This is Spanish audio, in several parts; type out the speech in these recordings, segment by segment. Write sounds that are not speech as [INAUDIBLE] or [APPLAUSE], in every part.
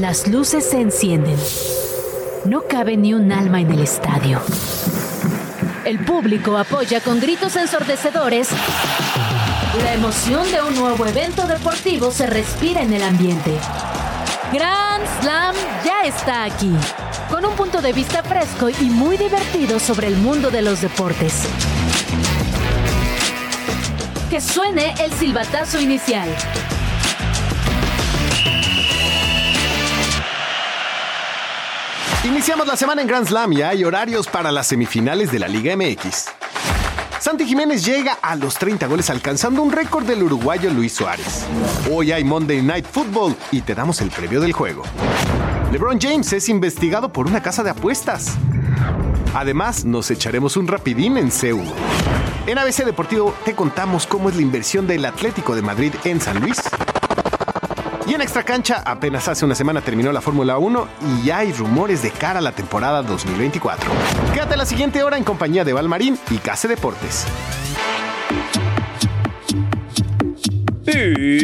Las luces se encienden. No cabe ni un alma en el estadio. El público apoya con gritos ensordecedores. La emoción de un nuevo evento deportivo se respira en el ambiente. Grand Slam ya está aquí, con un punto de vista fresco y muy divertido sobre el mundo de los deportes. Que suene el silbatazo inicial. Iniciamos la semana en Grand Slam y hay horarios para las semifinales de la Liga MX. Santi Jiménez llega a los 30 goles alcanzando un récord del uruguayo Luis Suárez. Hoy hay Monday Night Football y te damos el previo del juego. LeBron James es investigado por una casa de apuestas. Además, nos echaremos un rapidín en Seúl. En ABC Deportivo te contamos cómo es la inversión del Atlético de Madrid en San Luis. Y en Extra Cancha, apenas hace una semana terminó la Fórmula 1 y ya hay rumores de cara a la temporada 2024. Quédate la siguiente hora en compañía de Valmarín y Case Deportes.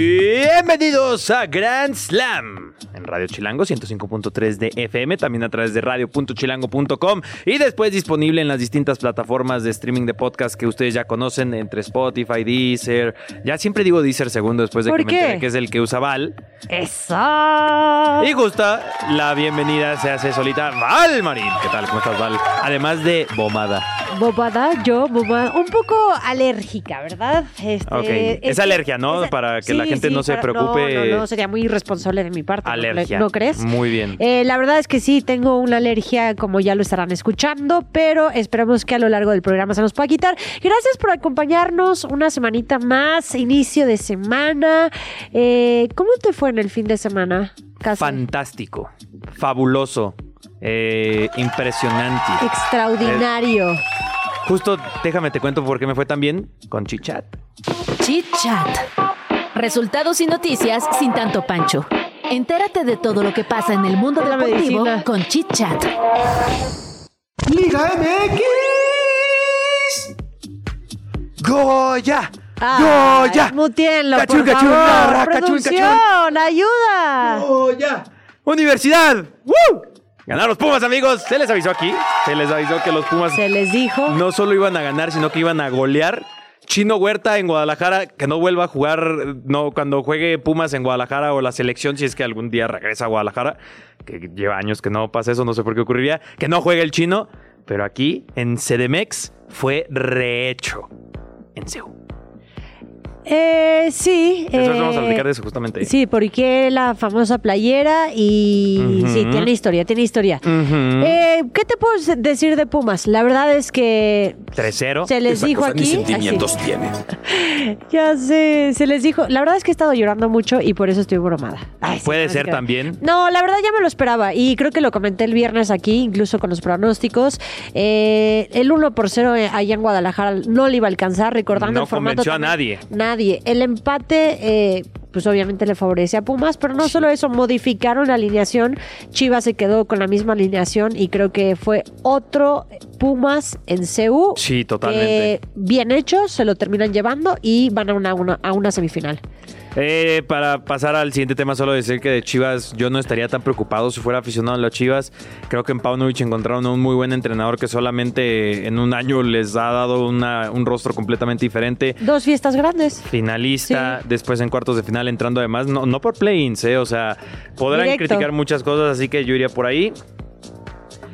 Bienvenidos a Grand Slam en Radio Chilango 105.3 de FM, también a través de radio.chilango.com y después disponible en las distintas plataformas de streaming de podcast que ustedes ya conocen entre Spotify, Deezer. Ya siempre digo Deezer segundo después de que ¿Por me qué? Ah. enteré que es el que usa Val. ¡Eso! Y gusta, la bienvenida se hace solita Val Marín. ¿Qué tal? ¿Cómo estás, Val? Además de Bomada. Bobada, yo, bobada. Un poco alérgica, ¿verdad? Este, Ok, es que- alergia, ¿no? es- Para que la gente no se preocupe. No, no, no, sería muy irresponsable de mi parte. ¿no cre- Alergia. ¿No, crees? Muy bien. Eh, la verdad es que sí, tengo una alergia, como ya lo estarán escuchando, pero esperamos que a lo largo del programa se nos pueda quitar. Gracias por acompañarnos una semanita más, inicio de semana. Eh, ¿Cómo te fue en el fin de semana? Casi. Fantástico, fabuloso, eh, impresionante. Extraordinario. Justo, déjame te cuento por qué me fue tan bien con Chichat. Chit Chat. Resultados y noticias sin tanto pancho. Entérate de todo lo que pasa en el mundo La deportivo medicina. con Chit Chat. ¡Liga MX! ¡Goya! Ah, ¡Goya! Mutienlo, Cachun, por cachun, favor. narra, cachun, Producción, ayuda. ¡Goya! ¡Universidad! ¡Woo! Ganaron los Pumas, amigos. Se les avisó aquí. Se les avisó que los Pumas Se les dijo. no solo iban a ganar, sino que iban a golear. Chino Huerta en Guadalajara, que no vuelva a jugar, no, cuando juegue Pumas en Guadalajara o la selección, si es que algún día regresa a Guadalajara, que lleva años que no pasa eso, no sé por qué ocurriría, que no juegue el chino, pero aquí en CDMX fue rehecho en Seúl. Eh, sí. Eso vamos a eh, platicar de eso justamente. Sí, porque la famosa playera y Ujú. sí, tiene historia, tiene historia. Ujú. Eh, ¿Qué te puedo decir de Pumas? La verdad es que 3-0. se les Esa dijo cosa Ni aquí. sentimientos tiene. así, [LAUGHS] ya sé, se les dijo. La verdad es que he estado llorando mucho y por eso estoy bromada. Ay, sí, Puede no, ser sí, también. No, la verdad ya me lo esperaba y creo que lo comenté el viernes aquí, incluso con los pronósticos. Eh, el 1 por 0 allá en Guadalajara no le iba a alcanzar, recordando No el formato. convenció a también. nadie. Nadie. El empate, eh, pues obviamente le favorece a Pumas, pero no solo eso, modificaron la alineación. Chivas se quedó con la misma alineación y creo que fue otro Pumas en CU. Sí, totalmente. que bien hecho, se lo terminan llevando y van a una, una- a una semifinal. Eh, para pasar al siguiente tema, solo decir que de Chivas yo no estaría tan preocupado si fuera aficionado a las Chivas. Creo que en Paunovic encontraron a un muy buen entrenador que solamente en un año les ha dado una- un rostro completamente diferente. Dos fiestas grandes. Finalista, Sí. después en cuartos de final entrando además, no, no por play-ins, eh, o sea, podrán Directo. criticar muchas cosas, así que yo iría por ahí.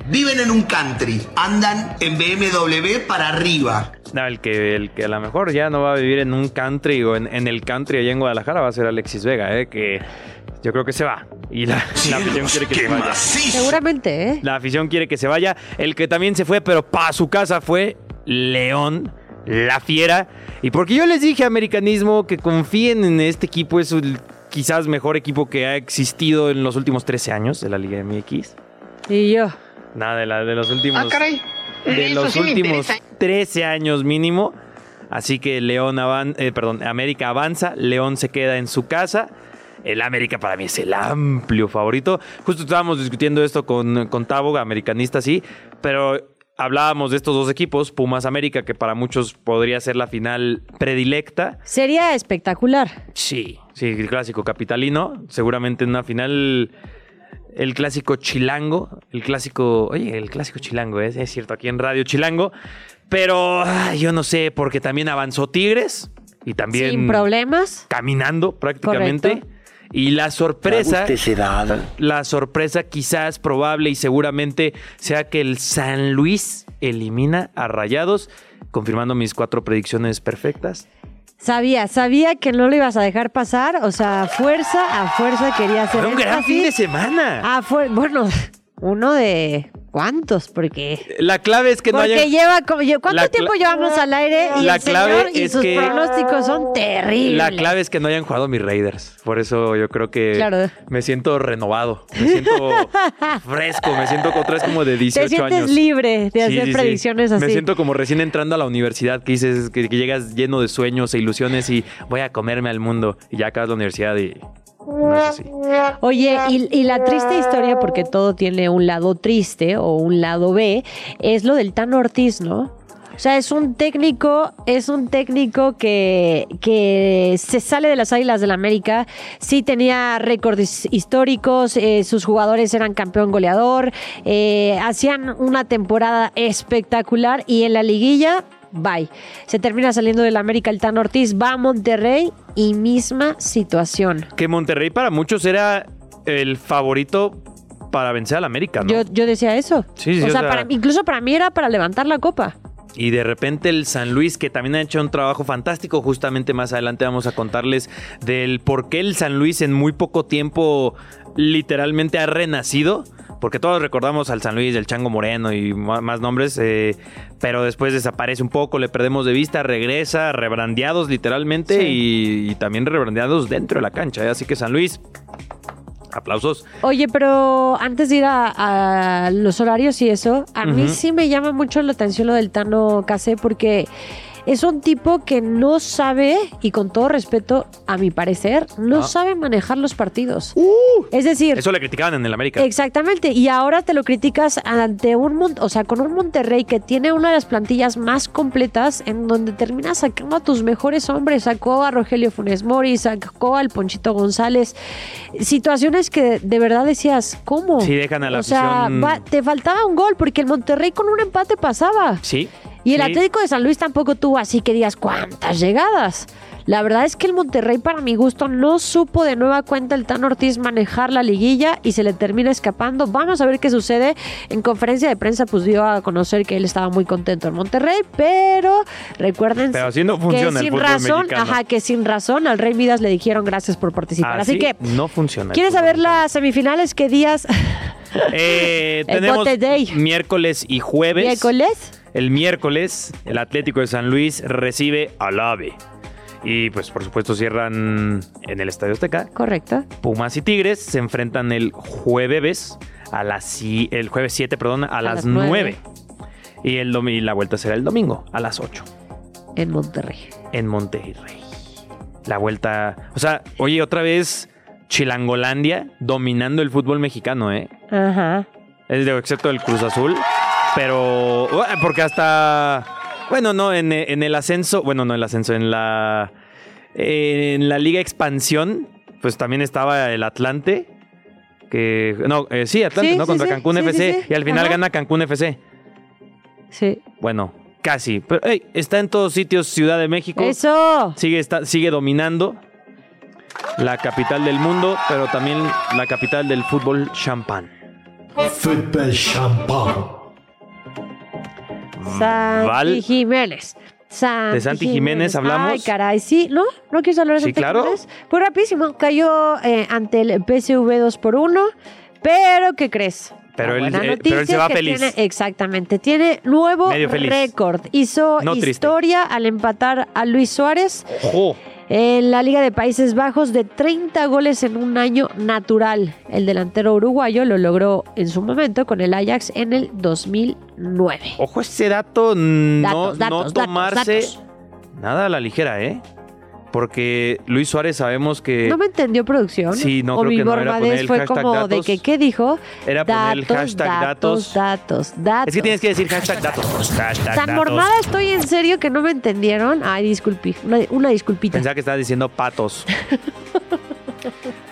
Viven en un country, andan en BMW para arriba. No, el que, el que a lo mejor ya no va a vivir en un country o en, en el country allá en Guadalajara va a ser Alexis Vega, eh, que yo creo que se va. Y la, la afición quiere que se vaya. Seguramente, ¿eh? La afición quiere que se vaya. El que también se fue, pero para su casa fue León, la fiera. Y porque yo les dije, americanismo, que confíen en este equipo, es el quizás mejor equipo que ha existido en los últimos 13 años de la Liga MX. Y yo. Nada, de, la, de los últimos. Ah, caray. De Eso los sí me últimos interesa. 13 años mínimo. Así que León avan- eh, perdón, América avanza, León se queda en su casa. El América para mí es el amplio favorito. Justo estábamos discutiendo esto con, con Tavo, americanista, sí, pero hablábamos de estos dos equipos, Pumas América, que para muchos podría ser la final predilecta. Sería espectacular. Sí, sí, el clásico capitalino. Seguramente en una final el clásico chilango, el clásico, oye, el clásico chilango, ¿eh? es cierto, aquí en Radio Chilango, pero ah, yo no sé, porque también avanzó Tigres y también Sin problemas. caminando prácticamente. Correcto. Y la sorpresa, Gustesedad. la sorpresa quizás probable y seguramente sea que el San Luis elimina a Rayados, confirmando mis cuatro predicciones perfectas. Sabía, sabía que no lo ibas a dejar pasar. O sea, a fuerza, a fuerza quería hacer Fue un esto gran así. fin de semana. Ah, fue, bueno, [LAUGHS] uno de cuántos, porque La clave es que no porque haya... lleva como yo- ¿cuánto La cla- tiempo llevamos al aire? Y La el clave señor y es sus que- pronósticos son terribles. La clave es que no hayan jugado mis Raiders. Por eso yo creo que Claro. me siento renovado. Me [LAUGHS] siento fresco. Me siento otra vez como de 18 Te sientes años. libre de Sí, hacer sí, sí. predicciones así. Me siento como recién entrando a la universidad, que dices que, que llegas lleno de sueños e ilusiones y voy a comerme al mundo. Y ya acabas la universidad y no es así. Oye, y, y la triste historia, porque todo tiene un lado triste o un lado B, es lo del Tan Ortiz, ¿no? O sea, es un técnico, es un técnico que, que se sale de las Águilas del América. Sí tenía récords históricos, eh, sus jugadores eran campeón goleador, eh, hacían una temporada espectacular y en la liguilla, bye. Se termina saliendo del América el Tan Ortiz, va a Monterrey y misma situación. Que Monterrey para muchos era el favorito para vencer al América, ¿no? Yo, yo decía eso. Sí, sí, o, o sea, sea- para- incluso para mí era para levantar la copa. Y de repente el San Luis, que también ha hecho un trabajo fantástico, justamente más adelante vamos a contarles del por qué el San Luis en muy poco tiempo literalmente ha renacido. Porque todos recordamos al San Luis, del Chango Moreno y ma- más nombres, eh, pero después desaparece un poco, le perdemos de vista, regresa, rebrandeados literalmente y, y también rebrandeados dentro de la cancha. ¿eh? Así que San Luis, aplausos. Oye, pero antes de ir a, a los horarios y eso, a mí Ujú. sí me llama mucho la atención lo del Tano Casé porque es un tipo que no sabe, y con todo respeto, a mi parecer, no Ah. Uh. sabe manejar los partidos. es decir, Eso le criticaban en el América. Exactamente, y ahora te lo criticas ante un Mon- o sea, con un Monterrey que tiene una de las plantillas más completas en donde terminas sacando a tus mejores hombres, sacó a Rogelio Funes Mori, sacó al Ponchito González, situaciones que de verdad decías, ¿cómo? Sí, dejan a la O sea, afición- va- te faltaba un gol porque el Monterrey con un empate pasaba. Sí. Y el sí. Atlético de San Luis tampoco tuvo así que digas cuántas llegadas. La verdad es que el Monterrey, para mi gusto, no supo de nueva cuenta el Tan Ortiz manejar la liguilla y se le termina escapando. Vamos a ver qué sucede. En conferencia de prensa, pues dio a conocer que él estaba muy contento en Monterrey, pero recuerden Pero así no funciona el que sin fútbol razón, mexicano. ajá, que sin razón al Rey Midas le dijeron gracias por participar. Así, Así que, no funciona el ¿quieres fútbol saber mexicano. las semifinales? ¿Qué días? Eh, [LAUGHS] El tenemos Bote Day. miércoles y [LAUGHS] jueves. ¿Miércoles? El miércoles, el Atlético de San Luis recibe al AVE. Y pues por supuesto cierran en el Estadio Azteca. Correcto. Pumas y Tigres se enfrentan el jueves a las si- el jueves 7, perdón, a, las las nueve. 9. Y el domi- y la vuelta será el domingo a las 8 En Monterrey. en Monterrey. La vuelta, o sea, oye, otra vez Chilangolandia dominando el fútbol mexicano, ¿eh? Ajá. El de, excepto el Cruz Azul. Pero. ah, Porque hasta. Bueno, no, en, e- en el ascenso. Bueno, no el ascenso, en la. En la Liga Expansión. Pues también estaba el Atlante. Que. No, eh, sí, Atlante, Sí, ¿no? sí, Contra sí, Cancún sí, sí, FC. sí. Y al final Ajá. gana Cancún FC. Sí. Bueno, casi. Pero ey, está en todos sitios, Ciudad de México. Eso. Sigue, está- sigue dominando. La capital del mundo, pero también la capital del fútbol champán. Fútbol champán. Santi Mm, Val- Jiménez. Santi De Santi Jiménez hablamos. Ay, caray, sí, ¿no? ¿No quieres hablar de Sí, Santi claro. Jiménez? Pues rapidísimo, cayó eh, ante el PSV 2 por 1 pero ¿qué crees? Pero La él- buena eh, noticia pero él se es va que feliz. tiene- exactamente, tiene nuevo Medio feliz. récord. Hizo No triste. historia al empatar a Luis Suárez ¡Ojo! en la Liga de Países Bajos de 30 goles en un año natural. El delantero uruguayo lo logró en su momento con el Ajax en el 2009. Ojo ese dato, n- no, Datos, datos, no tomarse datos, nada a la ligera, ¿eh? Porque Luis Suárez sabemos que No me entendió producción. Eh, Sí, no, o creo mi que no, era Barbadés poner el fue hashtag como de datos. que, ¿qué dijo? era poner el hashtag datos. datos, datos, datos. Es que tienes que decir hashtag [LAUGHS] datos. Hashtag Tan datos. mormada estoy en serio que no me entendieron. Ay, disculpi, una, una disculpita. [LAUGHS] Pensaba que estaba diciendo patos.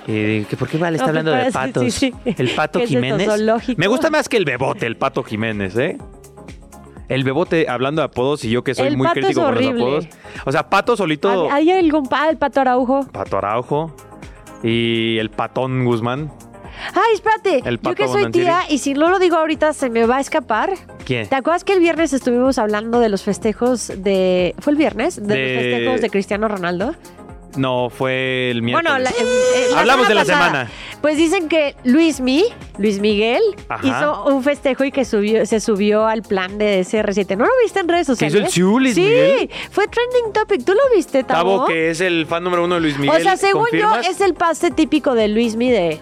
Eh, que ¿Por qué vale? Está No, hablando pues, de sí, patos. sí, sí. El pato ¿Qué [LAUGHS] es esto, Jiménez. zoológico? Me gusta más que el bebote, el pato Jiménez, ¿eh? El bebote, hablando de apodos, y yo que soy El muy pato es crítico con los horrible. apodos. O sea, pato solito, ¿Hay algún pa- el pato Araujo? pato Araujo y el patón Guzmán. Ay, espérate. El Yo pato que soy Bonancieri. tía y si no lo digo ahorita se me va a escapar. ¿Quién? ¿Te acuerdas que el viernes estuvimos hablando de los festejos de... ¿Fue el viernes? De, De- los festejos de Cristiano Ronaldo. No, fue el miércoles. Bueno, la- eh, eh, la Hablamos de la pasada. semana. Pues dicen que Luis Mi, Luis Miguel, Ajá. hizo un festejo y que subió, se subió al plan de CR7. ¿No lo viste en redes hizo sociales? el Siu, Luis sí, Miguel? fue trending topic. ¿Tú lo viste, Tabo? Tavo, que es el fan número uno de Luis Miguel. o sea, según ¿confirmas? yo, es el pase típico de Luis Mi de,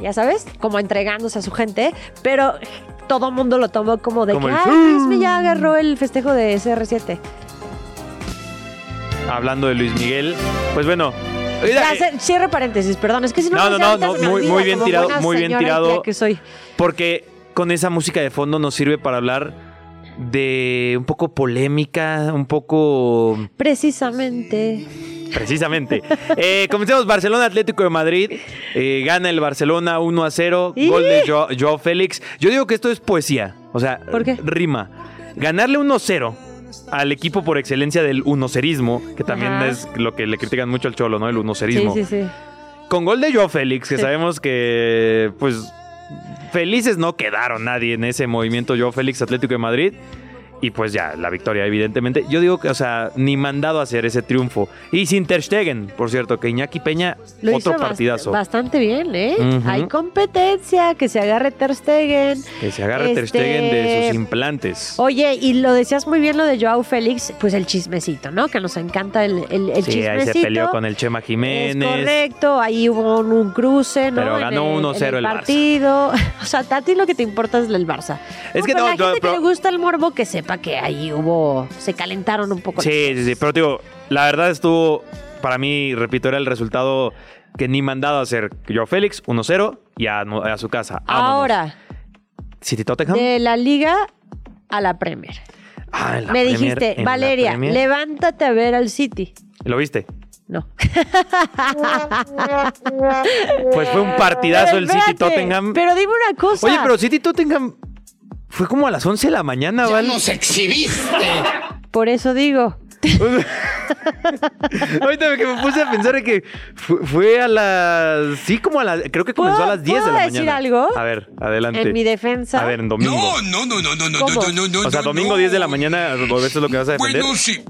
ya sabes, como entregándose a su gente, pero todo mundo lo tomó como de Como que, el ay, Luis Mi ya agarró el festejo de CR7. Hablando de Luis Miguel. Pues bueno. mira, Ya, eh, se- cierre paréntesis, perdón, es que si no... No, lo no, hice no, ahorita no, se me muy- olvida, muy bien como tirado, buena muy bien señora y tía tirado. Que soy. Porque con esa música de fondo nos sirve para hablar de un poco polémica, un poco Precisamente. precisamente. Eh, comencemos Barcelona Atlético de Madrid. Eh, gana el Barcelona 1 a 0. Gol de Jo- Joao Félix. Yo digo que esto es poesía. O sea, ¿Por qué? rima. Ganarle 1 0 al equipo por excelencia del unocerismo, que también Ajá. es lo que le critican mucho al Cholo, ¿no? El Sí, unocerismo. sí, sí. Con gol de Joao Félix, que Sí. sabemos que, pues, felices no quedaron nadie en ese movimiento Joao Félix Atlético de Madrid. Y pues ya, la victoria, evidentemente. Yo digo que, o sea, ni mandado a hacer ese triunfo. Y sin Ter Stegen, por cierto, que Iñaki Peña, Lo otro hizo bast- partidazo. bastante bien, ¿eh? Ujú. Hay competencia, que se agarre Ter Stegen. Que se agarre Ter Este- Stegen de sus implantes. Oye, y lo decías muy bien lo de Joao Félix, pues el chismecito, ¿no? Que nos encanta el, el, el sí, chismecito. ahí se peleó con el Chema Es Jiménez. correcto, ahí hubo un, un cruce, ¿no? Pero En ganó el- 1-0 en el Barça. partido. [LAUGHS] O sea, a ti lo que te importa es el Barça. Es que pero no, la no, gente pero- que le gusta el morbo que sepa que ahí hubo, se calentaron un poco. Sí, sí, sí. Pero te digo, la verdad estuvo, para mí, repito, era el resultado que ni mandado a hacer. Yo, Félix, 1-0 y a, a su casa. Vámonos. Ahora, City Tottenham. de la Liga a la Premier. Ah, en la Me Premier, dijiste, en la Valeria, Premier. levántate a ver al City. ¿Lo viste? No. [LAUGHS] Pues fue un partidazo el City Espérate, Tottenham. Pero dime una cosa. Oye, pero City Tottenham fue como a las 11 de la mañana, ¿vale? ¡Nos exhibiste! Por eso digo. [LAUGHS] Ahorita que me puse a pensar en que fue, fue a las. Sí, como a las. Creo que comenzó a ¿Puedo- las 10 de la puedo mañana. decir algo? A ver, adelante. En mi defensa. A ver, en domingo. no, no, no, no, no, ¿Cómo? o sea, domingo 10 de la mañana, ¿eso es lo que vas a defender? Bueno, sí.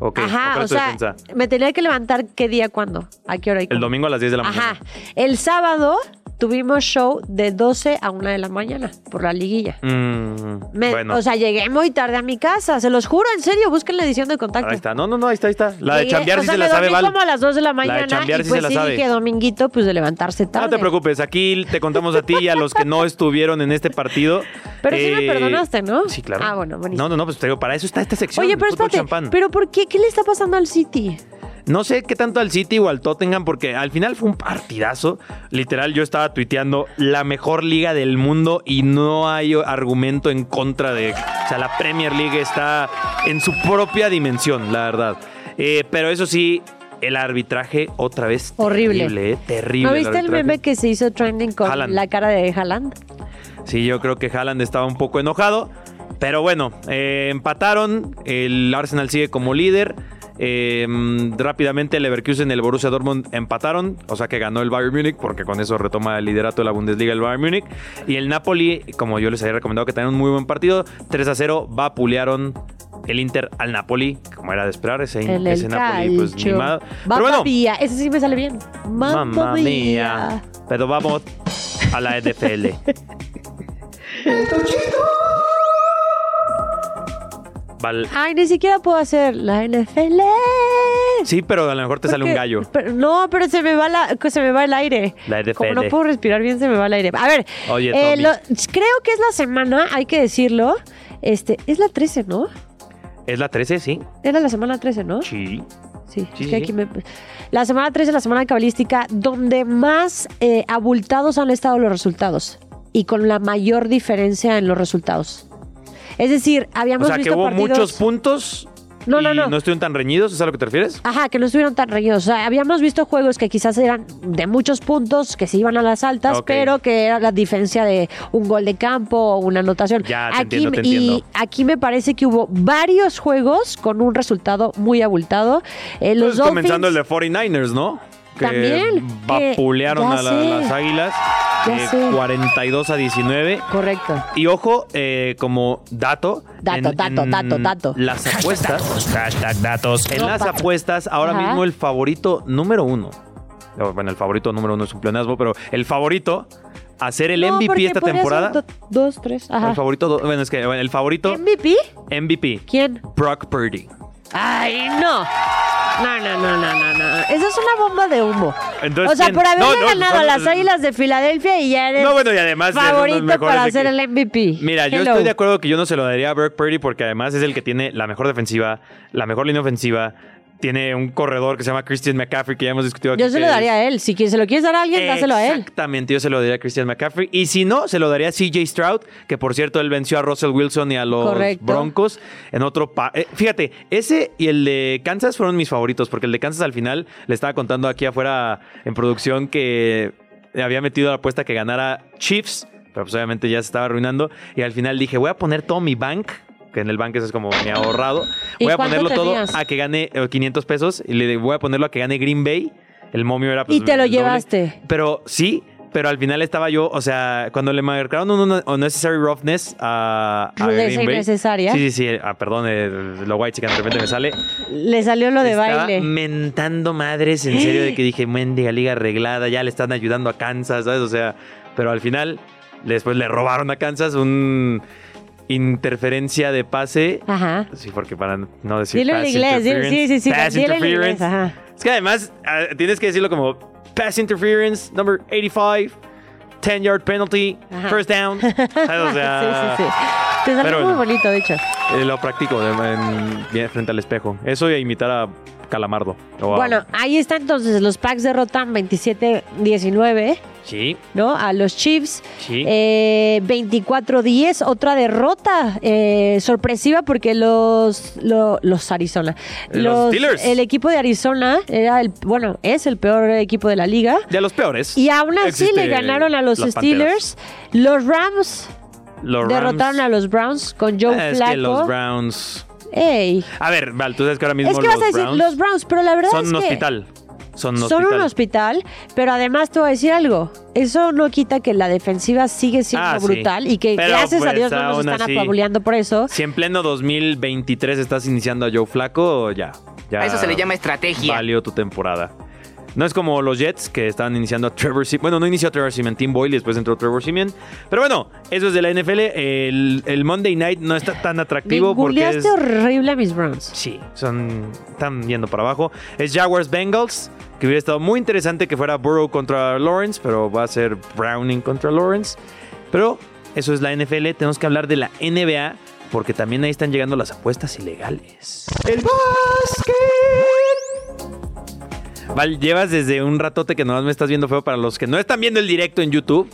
ok, ¿cuál Ajá, es o tu sea, defensa? me tenía que levantar qué día, cuándo, a qué hora y El cómo. domingo a las 10 de la mañana. Ajá. El sábado tuvimos show de 12 a 1 de la mañana por la liguilla. Mm, Me- bueno, O sea, llegué muy tarde a mi casa, se los juro, en serio, busquen la edición de contacto. ahí está. No, no, no, ahí está, ahí está. La de Llegué- chambear o sí sea, se me la sabe, dormí Val. como a las 2 de la mañana La de chambear y sí pues se la sí sabe. dije dominguito pues de levantarse tarde. No te preocupes, aquí te contamos a ti y a los que no estuvieron en este partido. Eh, Pero sí me perdonaste, ¿no? Sí, claro. Ah, bueno, buenísimo. No, no, no, pues te digo, para eso está esta sección. Oye, pero fútbol espérate, champán. ¿pero por qué? ¿Qué le está pasando al City? No sé qué tanto al City o al Tottenham, porque al final fue un partidazo. Literal, yo estaba tuiteando la mejor liga del mundo y no hay argumento en contra de. O sea, la Premier League está en su propia dimensión, la verdad. Eh, pero eso sí, el arbitraje otra vez. Horrible. Terrible, eh, terrible. ¿No viste el arbitraje. meme que se hizo trending con eh. Haaland. la cara de Haaland? Sí, yo creo que Haaland estaba un poco enojado. Pero bueno, eh, empataron. El Arsenal sigue como líder. Eh, mm, rápidamente el Leverkusen y el Borussia Dortmund empataron, o sea que ganó el Bayern Múnich porque con eso retoma el liderato de la Bundesliga el Bayern Múnich y el Napoli, como yo les había recomendado que tenían un muy buen partido, 3 a 0 vapulearon el Inter al Napoli, como era de esperar ese, En ese el Napoli pues ni calcio. modo. Pero Mamma bueno, mía, ese sí me sale bien. Mamma, Mamma mía. mía. Pero vamos a la E NFL. [LAUGHS] Val- Ay, ni siquiera puedo hacer la NFL. sí, pero a lo mejor te sale un Porque- gallo. pero- no, pero se me va la, que se me va el aire. La E NFL. Como no puedo respirar bien, se me va el aire. A ver, Oye, eh, Tommy. lo- creo que es la semana, hay que decirlo. Este, es la 13, ¿no? ¿Es la 13? Sí. Era la semana 13, ¿no? Sí. Sí, Sí, es sí, que sí. aquí me... La semana 13 es la semana cabalística donde más eh, abultados han estado los resultados y con la mayor diferencia en los resultados. Es decir, O habíamos sea que visto hubo partidos... muchos puntos No, no, y no. No estuvieron tan reñidos, ¿es a lo que te refieres? Ajá, que no estuvieron tan reñidos. O sea, habíamos visto juegos que quizás eran de muchos puntos, que se iban a las altas, Ok. pero que era la diferencia de un gol de campo o una anotación. Ya, te entiendo, te entiendo. Y aquí me parece que hubo varios juegos con un resultado muy abultado. Eh, los Pues comenzando el Dolphins- de 49ers, ¿no? Que También, que- vapulearon ya a la- sé. las águilas. Ya eh, sé. 42 a 19. Correcto. Y ojo, eh, como dato. Dato, dato, dato, dato. Las apuestas. Hashtag datos. En No, las pato. apuestas, ahora Ajá. mismo el favorito número uno. o, Bueno, el favorito número uno es un pleonasmo, pero el favorito a ser el No, MVP porque esta podría temporada. ser do- dos, tres. Ajá. El favorito, do- bueno, es que bueno, el favorito ¿MVP? MVP. ¿Quién? Brock Purdy. Ay, no. No, no, no, no, no, no. Esa es una bomba de humo. Entonces, o sea, ¿quién? por haberle No, no, ganado no, a no, las no. Águilas de Filadelfia y ya eres No, bueno, y además es uno de los favorito mejores para de ser que- el MVP. Mira, yo Hello. estoy de acuerdo que yo no se lo daría a Brock Purdy porque además es el que tiene la mejor defensiva, la mejor línea ofensiva, tiene un corredor que se llama Christian McCaffrey que ya hemos discutido aquí. Yo se lo que daría a él. Si qui- se lo quieres dar a alguien, dáselo a él. Exactamente, yo se lo daría a Christian McCaffrey. Y si no, se lo daría a CJ Stroud, que por cierto, él venció a Russell Wilson y a los Correcto. Broncos en otro... pa- eh, fíjate, ese y el de Kansas fueron mis favoritos, porque el de Kansas al final, le estaba contando aquí afuera en producción que había metido la apuesta que ganara Chiefs, pero pues obviamente ya se estaba arruinando. Y al final dije, voy a poner todo mi bank. Que en el bank ese es como mi ahorrado. ¿Y Voy a cuánto ponerlo todo tenías? a que gane eh, 500 pesos y le voy a ponerlo a que gane Green Bay. El momio era pues, Y te lo el doble. llevaste. Pero sí, pero al final estaba yo, o sea, cuando le marcaron un un unnecessary roughness a, a Rudeza Green Bay. innecesaria. Sí, sí, sí. ah, perdón, eh, lo white chicken de repente me sale. Le salió lo de estaba baile. mentando madres, en serio, de que dije, mendiga liga arreglada, ya le están ayudando a Kansas, ¿sabes? O sea, pero al final, después le robaron a Kansas un interferencia de pase. Ajá. Sí, porque para no decir Dilo en pass Ah. inglés. dilo- Sí, interference, sí, sí. pass Dilo en inglés. interference. Ajá. Es que además ah, tienes que decirlo como pass interference, number 85, 10 yard penalty, Ajá. first down. [LAUGHS] ¿Sabes? O sea, sí, sí, sí. Te salió pero muy bueno. bonito, de hecho. eh, lo practico de- en- bien frente al espejo. Eso y a imitar a Calamardo. o a- Bueno, ahí está entonces. Los Packs derrotan 27-19, Sí, ¿no? A los Chiefs. sí. Eh, 24-10, otra derrota eh, sorpresiva porque los, lo- los Arizona. Los Steelers. El equipo de Arizona era el, bueno, es el peor equipo de la liga. de los peores. Y aún así existe le ganaron a los las Steelers. Los Rams Panteras. Los Ah, derrotaron a los Browns con Joe Es Flacco. que los Browns. Ey. A ver, Val, tú sabes que ahora mismo Es que los, vas a decir Browns los Browns, pero la verdad son es un que hospital. Son un son hospital. un hospital, pero además te voy a decir algo. Eso no quita que la defensiva sigue siendo Ah, sí. brutal y que Pero, gracias a pues, Dios no nos aún están así. apabuleando por eso. Si en pleno 2023 estás iniciando a Joe Flaco, ya. ya A eso se le llama estrategia. Valió tu temporada. No es como los Jets que estaban iniciando a Trevor Simeon. Bueno, no inició a Trevor Simeon, Tim Boyle, y después entró Trevor Simeon. Pero bueno, eso es de la NFL. El, el Monday Night no está tan atractivo porque Ninguneaste es... este horrible a mis Browns. Sí, son, están yendo para abajo. Es Jaguars Bengals, que hubiera estado muy interesante que fuera Burrow contra Lawrence, pero va a ser Browning contra Lawrence. Pero eso es la NFL, tenemos que hablar de la NBA, porque también ahí están llegando las apuestas ilegales. ¡El básquet! Val, llevas desde un ratote que nomás me estás viendo feo para los que no están viendo el directo en YouTube.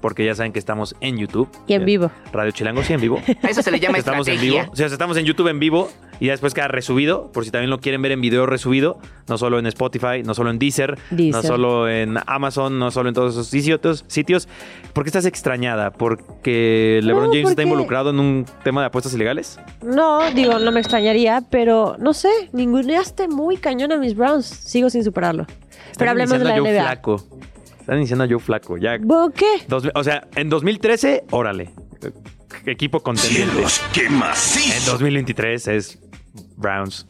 Porque ya saben que estamos en YouTube. Y en vivo. Radio Chilango, sí, en [LAUGHS] vivo. A eso se le llama estamos en estrategia. vivo. O sea, estamos en YouTube en vivo y ya después queda resubido, por si también lo quieren ver en video resubido, no solo en Spotify, no solo en Deezer, no Deezer. solo en Amazon, no solo en todos esos sitios, sitios. ¿Por qué estás extrañada? ¿Porque LeBron No, James está porque- involucrado en un tema de apuestas ilegales? No, digo, no me extrañaría, pero no sé, ninguneaste muy cañón a mis Browns. Sigo sin superarlo. Están Pero hablemos de iniciando la a Joe NBA. Flaco. Están iniciando a Joe Flaco, ya. ¿Vos ¿Qué? Dos- o sea, en 2013, órale. Equipo contendiente. Dios, qué En macizo. 2023 es Browns.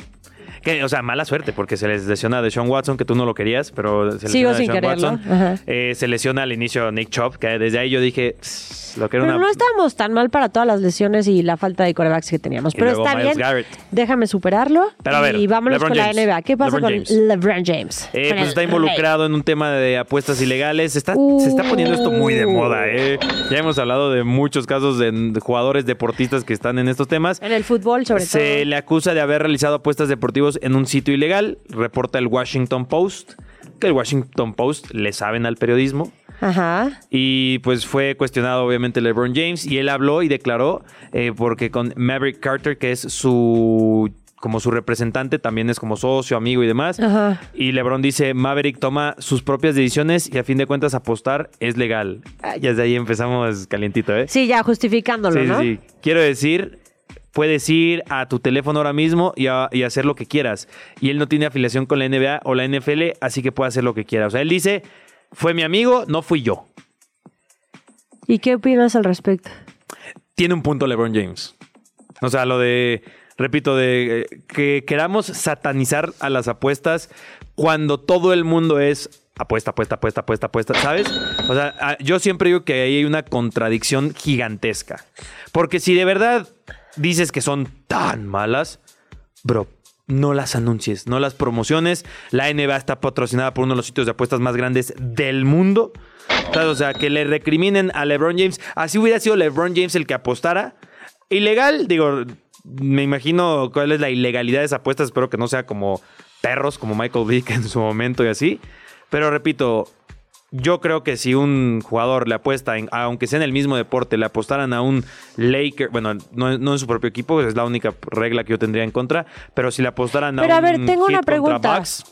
Que, o sea, mala suerte porque se les lesiona de Sean Watson, que tú no lo querías, pero se Sigo lesiona sin Deshaun quererlo, ajá. Watson. Eh, se lesiona al inicio Nick Chubb, que desde ahí yo dije, "Tss, lo que era Pero una... no estábamos tan mal para todas las lesiones y la falta de corebacks que teníamos. Y Pero luego está Miles bien. Garrett. Déjame superarlo. Pero a ver, y vámonos LeBron con James. la NBA. ¿Qué pasa LeBron con James. LeBron James? Eh, Con pues el está rey. involucrado en un tema de apuestas ilegales. Está- Se Uh. está poniendo esto muy de moda, ¿eh? Ya hemos hablado de muchos casos de de jugadores deportistas que están en estos temas. En el fútbol, sobre se todo. le acusa de haber realizado apuestas deportivas en un sitio ilegal, reporta el Washington Post, que el Washington Post le saben al periodismo. Ajá. Y pues fue cuestionado obviamente LeBron James y él habló y declaró eh, porque con Maverick Carter, que es su como su representante, también es como socio, amigo y demás. Ajá. Y LeBron dice, Maverick toma sus propias decisiones y a fin de cuentas apostar es legal. Ah, ya desde ahí empezamos calientito, ¿eh? Sí, ya justificándolo, Sí, ¿no? sí, sí. Quiero decir, puedes ir a tu teléfono ahora mismo y, a- y hacer lo que quieras. Y él no tiene afiliación con la NBA o la NFL, así que puede hacer lo que quiera. O sea, él dice, fue mi amigo, no fui yo. ¿Y qué opinas al respecto? Tiene un punto LeBron James. O sea, lo de, repito, de eh, que queramos satanizar a las apuestas cuando todo el mundo es apuesta, apuesta, apuesta, apuesta, apuesta, ¿sabes? O sea, a- yo siempre digo que ahí hay una contradicción gigantesca. Porque si de verdad dices que son tan malas, bro, no las anuncies, no las promociones. La NBA está patrocinada por uno de los sitios de apuestas más grandes del mundo. ¿Sabes? O sea, que le recriminen a LeBron James. Así hubiera sido LeBron James el que apostara. Ilegal, digo, me imagino cuál es la ilegalidad de esas apuestas. Espero que no sea como perros, como Michael Vick en su momento y así. Pero repito, yo creo que si un jugador le apuesta, en- aunque sea en el mismo deporte, le apostaran a un Laker, bueno, no, no en su propio equipo, es la única regla que yo tendría en contra, pero si le apostaran Pero a a un ver, tengo Heat una contra pregunta. Bucks,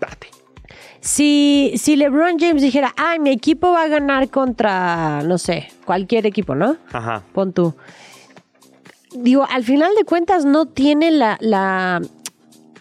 date. Si, si LeBron James dijera, ay, mi equipo va a ganar contra, no sé, cualquier equipo, ¿no? Ajá. Pon tú. Digo, al final de cuentas no tiene la, la-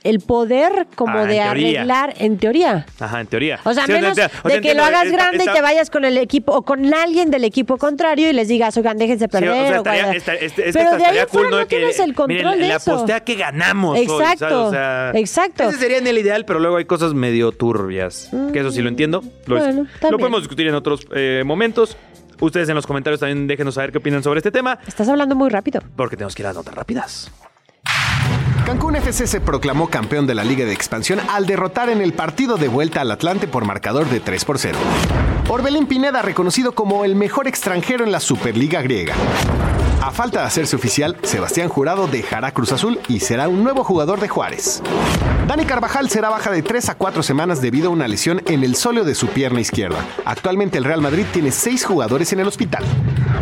el poder como Ah, en de teoría. arreglar, en teoría. Ajá, en teoría. O sea, Sí, menos te- de te- o sea, que entiendo, lo hagas está- grande está- y te vayas con el equipo o con alguien del equipo contrario y les digas, oigan, déjense sí, o sea, perder. o estaría- guarda". esta- este- este- Pero de ahí estaría en cool, fuera no, De que, tienes el control miren, de la eso. apostea que ganamos. hoy, ¿sabes? Exacto, O sea, exacto. Ese sería en el ideal, pero luego hay cosas medio turbias. Que eso sí lo entiendo. Lo, Mm, bueno, lo también. podemos discutir en otros eh, momentos. Ustedes en los comentarios también déjenos saber qué opinan sobre este tema, Estás hablando muy rápido. porque tenemos que ir a las notas rápidas. Cancún FC se proclamó campeón de la Liga de Expansión al derrotar en el partido de vuelta al Atlante por marcador de 3 por 0. Orbelín Pineda reconocido como el mejor extranjero en la Superliga griega. A falta de hacerse oficial, Sebastián Jurado dejará Cruz Azul y será un nuevo jugador de Juárez. Dani Carvajal será baja de 3 a 4 semanas debido a una lesión en el sóleo de su pierna izquierda. Actualmente el Real Madrid tiene 6 jugadores en el hospital.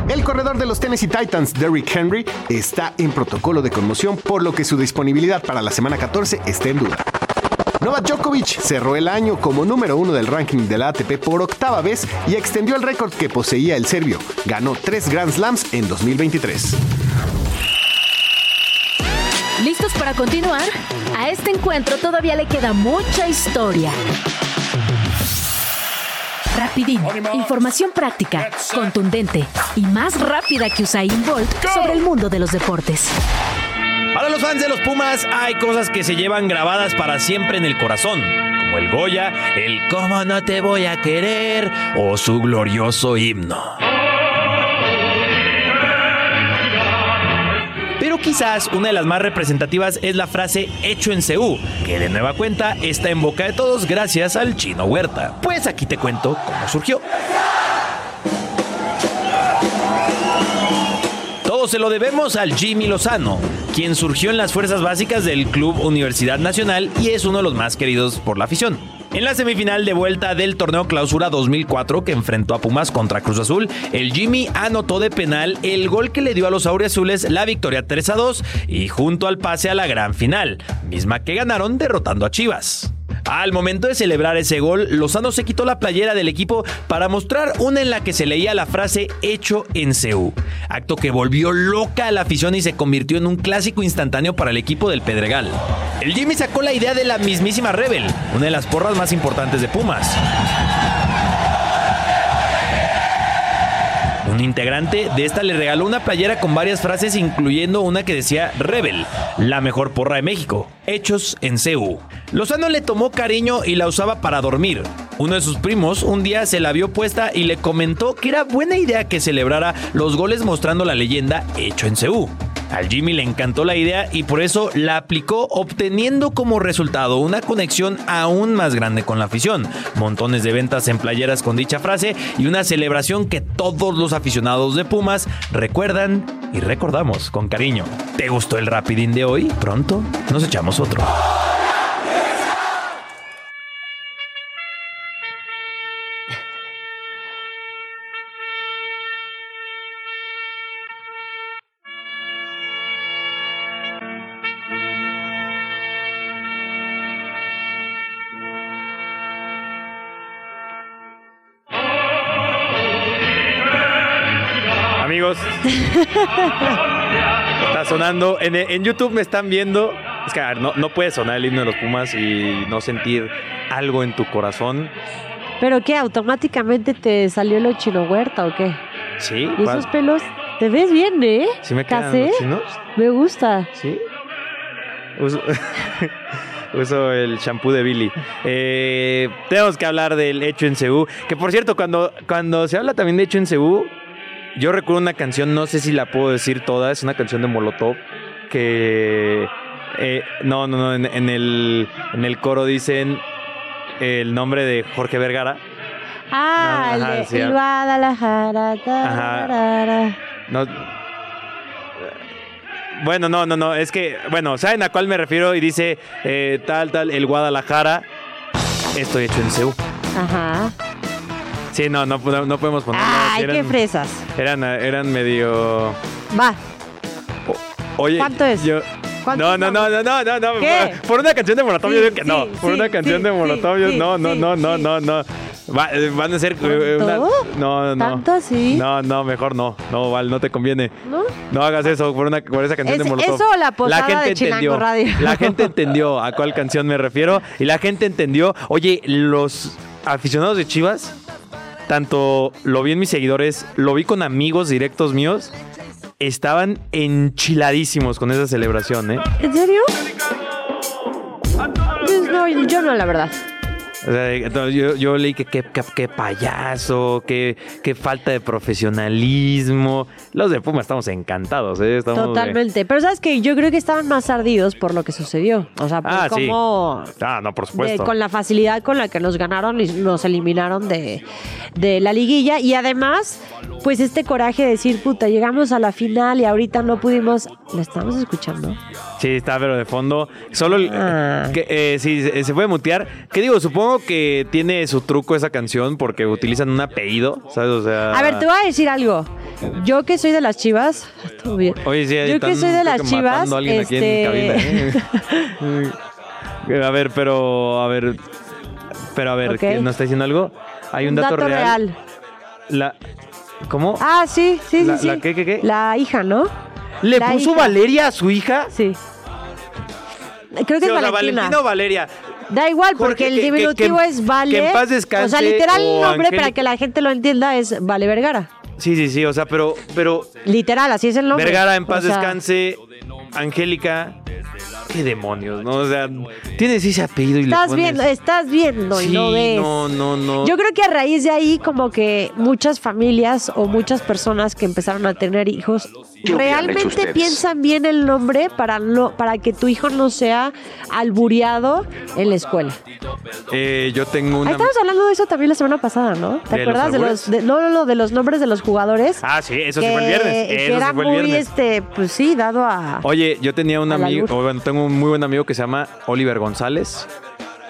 El corredor de los Tennessee Titans, Derrick Henry, está en protocolo de conmoción, por lo que su disponibilidad para la semana 14 está en duda. Novak Djokovic cerró el año como número uno del ranking de la ATP por octava vez y extendió el récord que poseía el serbio. Ganó tres Grand Slams en 2023. ¿Listos para continuar? A este encuentro todavía le queda mucha historia. Rapidín, información práctica, contundente y más rápida que Usain Bolt sobre el mundo de los deportes. Para los fans de los Pumas hay cosas que se llevan grabadas para siempre en el corazón, como el Goya, el Cómo no te voy a querer o su glorioso himno. Pero quizás una de las más representativas es la frase hecho en CU, que de nueva cuenta está en boca de todos gracias al chino Huerta. Pues aquí te cuento cómo surgió. Todo se lo debemos al Jimmy Lozano, quien surgió en las fuerzas básicas del Club Universidad Nacional y es uno de los más queridos por la afición. En la semifinal de vuelta del torneo Clausura 2004 que enfrentó a Pumas contra Cruz Azul, el Jimmy anotó de penal el gol que le dio a los auriazules la victoria 3 a 2 y junto al pase a la gran final, misma que ganaron derrotando a Chivas. Al momento de celebrar ese gol, Lozano se quitó la playera del equipo para mostrar una en la que se leía la frase hecho en CU, acto que volvió loca a la afición y se convirtió en un clásico instantáneo para el equipo del Pedregal. El Jimmy sacó la idea de la mismísima Rebel, una de las porras más importantes de Pumas, Un integrante de esta le regaló una playera con varias frases, incluyendo una que decía Rebel, la mejor porra de México, hechos en CU. Lozano le tomó cariño y la usaba para dormir. Uno de sus primos un día se la vio puesta y le comentó que era buena idea que celebrara los goles mostrando la leyenda hecho en CU. Al Jimmy le encantó la idea y por eso la aplicó obteniendo como resultado una conexión aún más grande con la afición, montones de ventas en playeras con dicha frase y una celebración que todos los aficionados de Pumas recuerdan y recordamos con cariño. ¿Te gustó el rapidín de hoy? Pronto nos echamos otro. amigos. Está sonando. En, en YouTube me están viendo. Es que, a ver, no, no puede sonar el himno de los Pumas y no sentir algo en tu corazón. ¿Pero qué? ¿Automáticamente te salió lo chino huerta o qué? Sí. ¿Y ¿cuál? esos pelos? ¿Te ves bien, eh? ¿Sí [LAUGHS] me quedan ¿Casé? los chinos? Me gusta. ¿Sí? Uso, uso el shampoo de Billy. Eh, tenemos que hablar del Hecho en Ceú. Que por cierto, cuando, cuando se habla también de Hecho en Ceú, yo recuerdo una canción, no sé si la puedo decir toda, es una canción de Molotov que... eh, no, no, no, en, en el, en el coro dicen el nombre de Jorge Vergara. Ah, No, el ajá, de sí, el ah. Guadalajara. tarara. No. Bueno, no, no, no. Es que, bueno, ¿saben a cuál me refiero? Y dice eh, tal, tal, el Guadalajara. Estoy hecho en CEU. Ajá. Sí, no, no, no- no podemos ponerlo. Ay, eran, qué fresas. Eran, eran medio. Va. Oye. ¿Cuánto es? yo- ¿Cuánto no, no, no, vamos? no, no, no, [LAUGHS] no. ¿Qué? Por una canción de Molotov, Sí, yo digo que sí, no. Por sí, una canción sí, de sí, Molotov, yo sí, no, no, sí, no, no, sí. no, no. Va- eh, van a ser. eh, una- ¿Tanto? no, no. ¿Tanto así? No, no, mejor no. No, Val, no te conviene. ¿No? No hagas eso por, una, por esa canción Es- de Molotov. eso o la posada de Chilango entendió, Radio. [LAUGHS] La gente entendió a cuál canción me refiero. Y la gente entendió. Oye, los aficionados de Chivas, tanto lo vi en mis seguidores, lo vi con amigos directos míos, estaban enchiladísimos con esa celebración, ¿eh? ¿En serio? Pues no, yo no, la verdad. O sea, entonces yo, yo leí que qué, qué- qué payaso, qué, qué falta de profesionalismo. Los de Puma estamos encantados, ¿eh? Estamos de- Totalmente. Pero sabes que yo creo que estaban más ardidos por lo que sucedió. O sea, por Ah, sí. cómo. Ah, no, por de- supuesto. con la facilidad con la que nos ganaron y nos eliminaron de, de la liguilla. Y además, pues este coraje de decir, puta, llegamos a la final y ahorita no pudimos. ¿La estamos escuchando? Sí, está, pero de fondo. Solo el- Ah. que, eh, sí, se se puede mutear. ¿Qué digo? Supongo que tiene su truco esa canción porque utilizan un apellido, ¿sabes? O sea. A ver, te voy a decir algo. Yo que soy de las chivas. Todo bien. Oye, sí, Yo están, que soy de creo las que chivas. matando a alguien aquí en este, cabina, [LAUGHS] ¿eh? a ver, pero. A ver. Pero a ver, Ok. ¿qué- ¿nos está diciendo algo? Hay un dato, real. La. ¿Cómo? Ah, sí, sí, La- sí. sí. la qué, qué, qué? La hija, ¿no? ¿Le la puso hija. Valeria a su hija? Sí. Creo que Sí, es o sea, Valentina. Valentina o Valeria. Da igual, porque Jorge, el que- que- diminutivo que- es Vale. que en paz descanse, o sea, literal, o el nombre para Angélica. que la gente lo entienda es Vale Vergara. Sí, sí, sí. O sea, pero. pero Literal, así es el nombre. Vergara en paz O sea, descanse. Angélica. Qué demonios, ¿no? O sea, tienes ese apellido y le Estás pones- viendo, estás viendo y Sí, no ves. no, no, no. Yo creo que a raíz de ahí, como que muchas familias o muchas personas que empezaron a tener hijos realmente piensan bien el nombre para no, para que tu hijo no sea albureado en la escuela. Eh, yo tengo Ahí una. estábamos hablando de eso también la semana pasada, ¿no? ¿Te ¿De los acuerdas de los, albures? de- no, no, no, de los nombres de los jugadores? Ah, sí, eso sí fue el viernes. que Eso era sí fue el muy, viernes. este, pues sí, dado a. Oye, yo tenía un Al amigo, albur. o bueno, tengo un muy buen amigo que se llama Oliver González.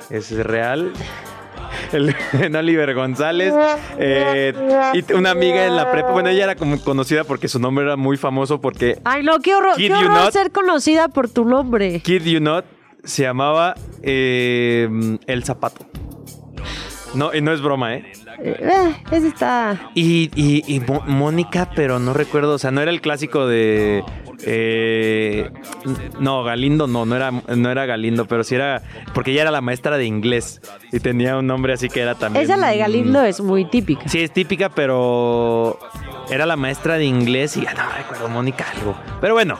Es real. [LAUGHS] El, en Oliver González. eh, y una amiga en la prepa. Bueno, ella era como conocida porque su nombre era muy famoso porque Ay, no, qué horror, Kid qué you horror not. ser conocida por tu nombre. Kid You Not se llamaba eh, El Zapato. No, y no es broma, ¿eh? Eh, ese está. Y, y- y Mo- Mónica, pero no recuerdo, o sea, no era el clásico de... eh, no, Galindo no, no era, no era Galindo, pero sí era... Porque ella era la maestra de inglés y tenía un nombre así que era también... Esa la de Galindo es muy típica. Sí, es típica, pero era la maestra de inglés y ya no recuerdo Mónica algo. Pero bueno,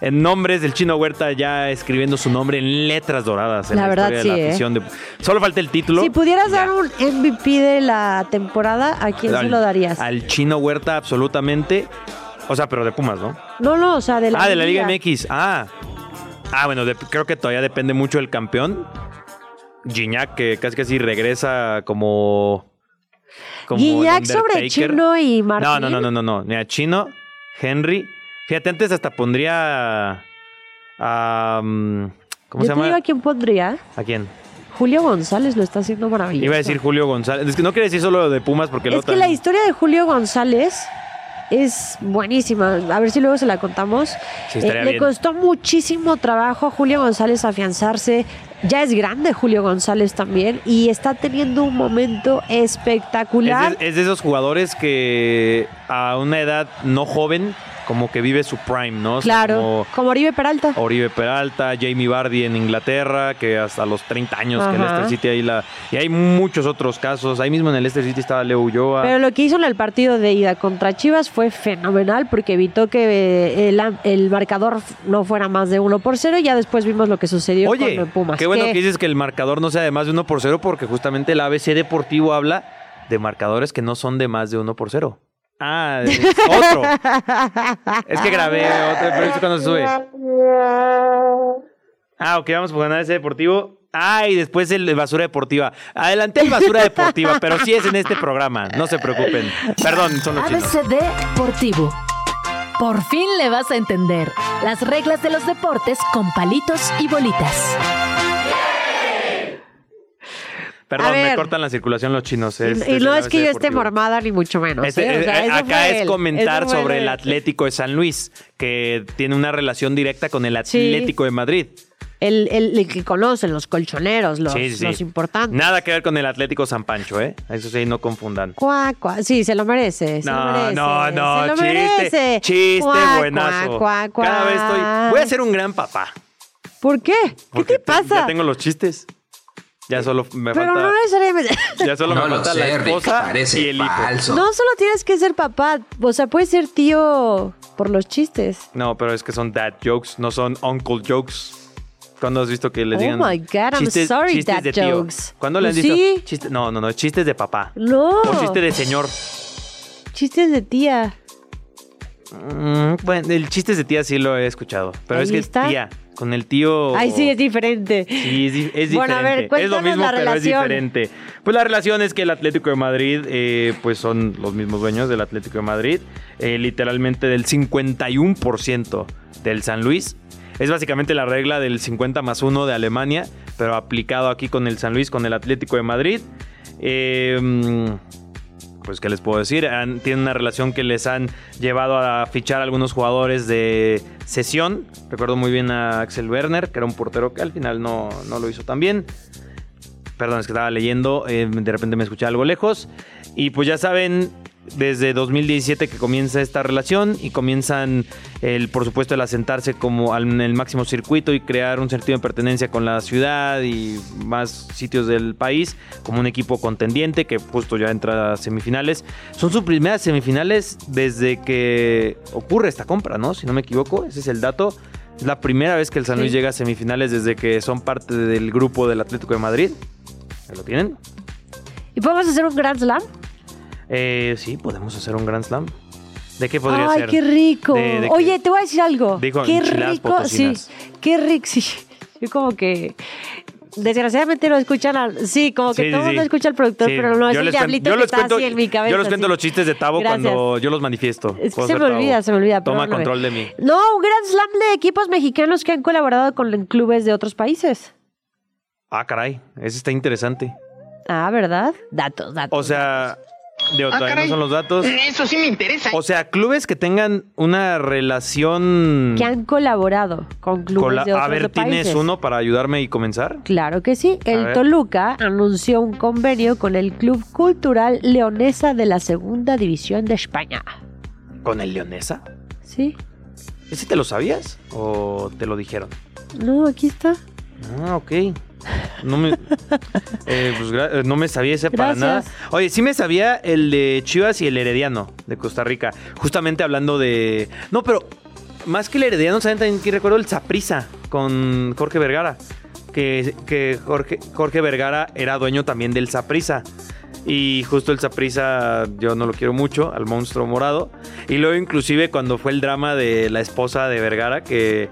en nombres del chino Huerta ya escribiendo su nombre en letras doradas. En la, La verdad, historia sí, de ¿eh? pues, la afición de- Solo falta el título. Si pudieras dar un MVP de la temporada, ¿a quién se Al- lo darías? Al chino Huerta, absolutamente. O sea, pero de Pumas, ¿no? No, no, o sea, de la ah, de la Liga MX. Ah. Ah, bueno, de- creo que todavía depende mucho del campeón. Gignac, que casi casi regresa como. como Guiñac el sobre Undertaker. Chino y Martín. No, no, no, no, no, no. Mira, Chino, Henry. Fíjate, antes hasta pondría. a, um, ¿Cómo Yo se te digo llama? a quién pondría. ¿A quién? Julio González lo está haciendo maravilloso. Iba a decir Julio González. Es que no quería decir solo de Pumas porque Es luego que la también- historia de Julio González es buenísima. A ver si luego se la contamos. Eh, Sí, estaría le bien. costó muchísimo trabajo a Julio González afianzarse. Ya es grande Julio González también y está teniendo un momento espectacular. Es de, es de esos jugadores que a una edad no joven, como que vive su prime, ¿no? O sea, claro, como, Oribe Peralta. como Oribe Peralta, Jamie Vardy en Inglaterra, que hasta los 30 años que el Ajá. Leicester City ahí la. Y hay muchos otros casos. Ahí mismo en el Leicester City estaba Leo Ulloa. Pero lo que hizo en el partido de ida contra Chivas fue fenomenal porque evitó que eh, el, el marcador no fuera más de 1 por 0 y ya después vimos lo que sucedió Oye, con Pumas. qué bueno que- que dices que el marcador no sea de más de 1 por 0, porque justamente el ABC Deportivo habla de marcadores que no son de más de 1 por 0. [LAUGHS] Ah, es otro. es que grabé otro, pero es cuando se sube. Ah, ok, vamos por ganar ese deportivo. Ah, y después el de basura deportiva. Adelanté el basura deportiva, pero sí es en este programa, no se preocupen. Perdón, son los chinos. ABCD Deportivo. Por fin le vas a entender las reglas de los deportes con palitos y bolitas. Perdón, A me ver. cortan la circulación los chinos. este, Y- y no es que yo esté mormado. mormada ni mucho menos. Este, ¿eh? O sea, eh, eso acá fue es él, comentar eso fue sobre él. el Atlético de San Luis, que tiene una relación directa con el Atlético de Madrid. El, el- el que conocen, los colchoneros, los, Sí, sí, sí. los importantes. Nada que ver con el Atlético San Pancho, ¿eh? Eso sí, no confundan. Cuá, cuá. Sí, se lo merece. se lo No, merece, no, se no, lo chiste, merece. chiste Cuá, este buenazo. cuá, cuá, Cada vez estoy, cuá. voy a ser un gran papá. ¿Por qué? ¿Qué porque te pasa? Ya tengo los chistes. Ya solo me Pero falta, no necesariamente. ya solo No me lo falta sé, la Rick, esposa parece y el hijo. falso. No solo tienes que ser papá. O sea, puedes ser tío por los chistes. No, pero es que son dad jokes, no son uncle jokes. ¿Cuándo has visto que les Oh digan? my God, I'm sorry, dad tío? jokes. ¿Cuándo le han Pues dicho? sí. Chiste- no, no, no, chistes de papá. No. O chiste de señor. Chistes de tía. Mm, bueno, el chiste de tía sí lo he escuchado. Pero Ahí es que está. tía, con el tío. Ay, sí, es diferente. Oh. Sí, es, di- es diferente. Bueno, a ver, es lo cuéntanos mismo, la pero es relación. diferente. Pues la relación es que el Atlético de Madrid, eh, pues son los mismos dueños del Atlético de Madrid, eh, literalmente del 51% del San Luis. Es básicamente la regla del 50 más 1 de Alemania, pero aplicado aquí con el San Luis, con el Atlético de Madrid. Eh, mm, pues qué les puedo decir, Han- tienen una relación que les han llevado a fichar algunos jugadores de sesión. Recuerdo muy bien a Axel Werner, que era un portero que al final no, no lo hizo tan bien. Perdón, es que estaba leyendo, eh, de repente me escuché algo lejos. Y pues ya saben, desde 2017 que comienza esta relación y comienzan, el, por supuesto, el asentarse como al- en el máximo circuito y crear un sentido de pertenencia con la ciudad y más sitios del país, como un equipo contendiente que justo ya entra a semifinales. Son sus primeras semifinales desde que ocurre esta compra, ¿no? Si no me equivoco, ese es el dato. Es la primera vez que el San Luis Sí. llega a semifinales desde que son parte del grupo del Atlético de Madrid. ¿Ahí ¿Lo tienen? ¿Y podemos hacer un Grand Slam? Eh, sí, podemos hacer un Grand Slam. ¿De qué podría Ay, ser? qué rico. De- de Oye, que- te voy a decir algo. Dijo qué enchiladas rico, potosinas. sí. Qué rico, sí. Yo como que desgraciadamente no escuchan al sí, como que Sí, sí, todo el sí. mundo escucha al productor, Sí, pero no es yo el les cuen- diablito yo que les está cuento- así en mi cabeza. Yo les cuento así. los chistes de Tavo Gracias. cuando yo los manifiesto. Es que Puedo se ser me Tavo. olvida, se me olvida. Toma perdóname. control de mí. No, un Grand Slam de equipos mexicanos que han colaborado con clubes de otros países. Ah, caray, ese está interesante. Ah, ¿verdad? Datos, datos. O sea, de Ah, todavía no caray. son los datos. Eso sí me interesa. ¿eh? O sea, clubes que tengan una relación. que han colaborado con clubes con la- de otros Mm. a ver, países. ¿tienes uno para ayudarme y comenzar? Claro que sí. El ver. Toluca anunció un convenio con el Club Cultural Leonesa de la Segunda División de España. ¿Con el Leonesa? ¿Sí? ¿Ese te lo sabías o te lo dijeron? No, aquí está. Ah, ok. No me, [LAUGHS] eh, pues, gra- eh, no me sabía ese para Gracias. nada. Oye, sí me sabía el de Chivas y el Herediano de Costa Rica. Justamente hablando de. No, pero más que el Herediano, ¿saben también que recuerdo el Zaprisa con Jorge Vergara? Que, que Jorge, Jorge Vergara era dueño también del Zaprisa. Y justo el Zaprisa, yo no lo quiero mucho, al monstruo morado. Y luego, inclusive, cuando fue el drama de la esposa de Vergara, que,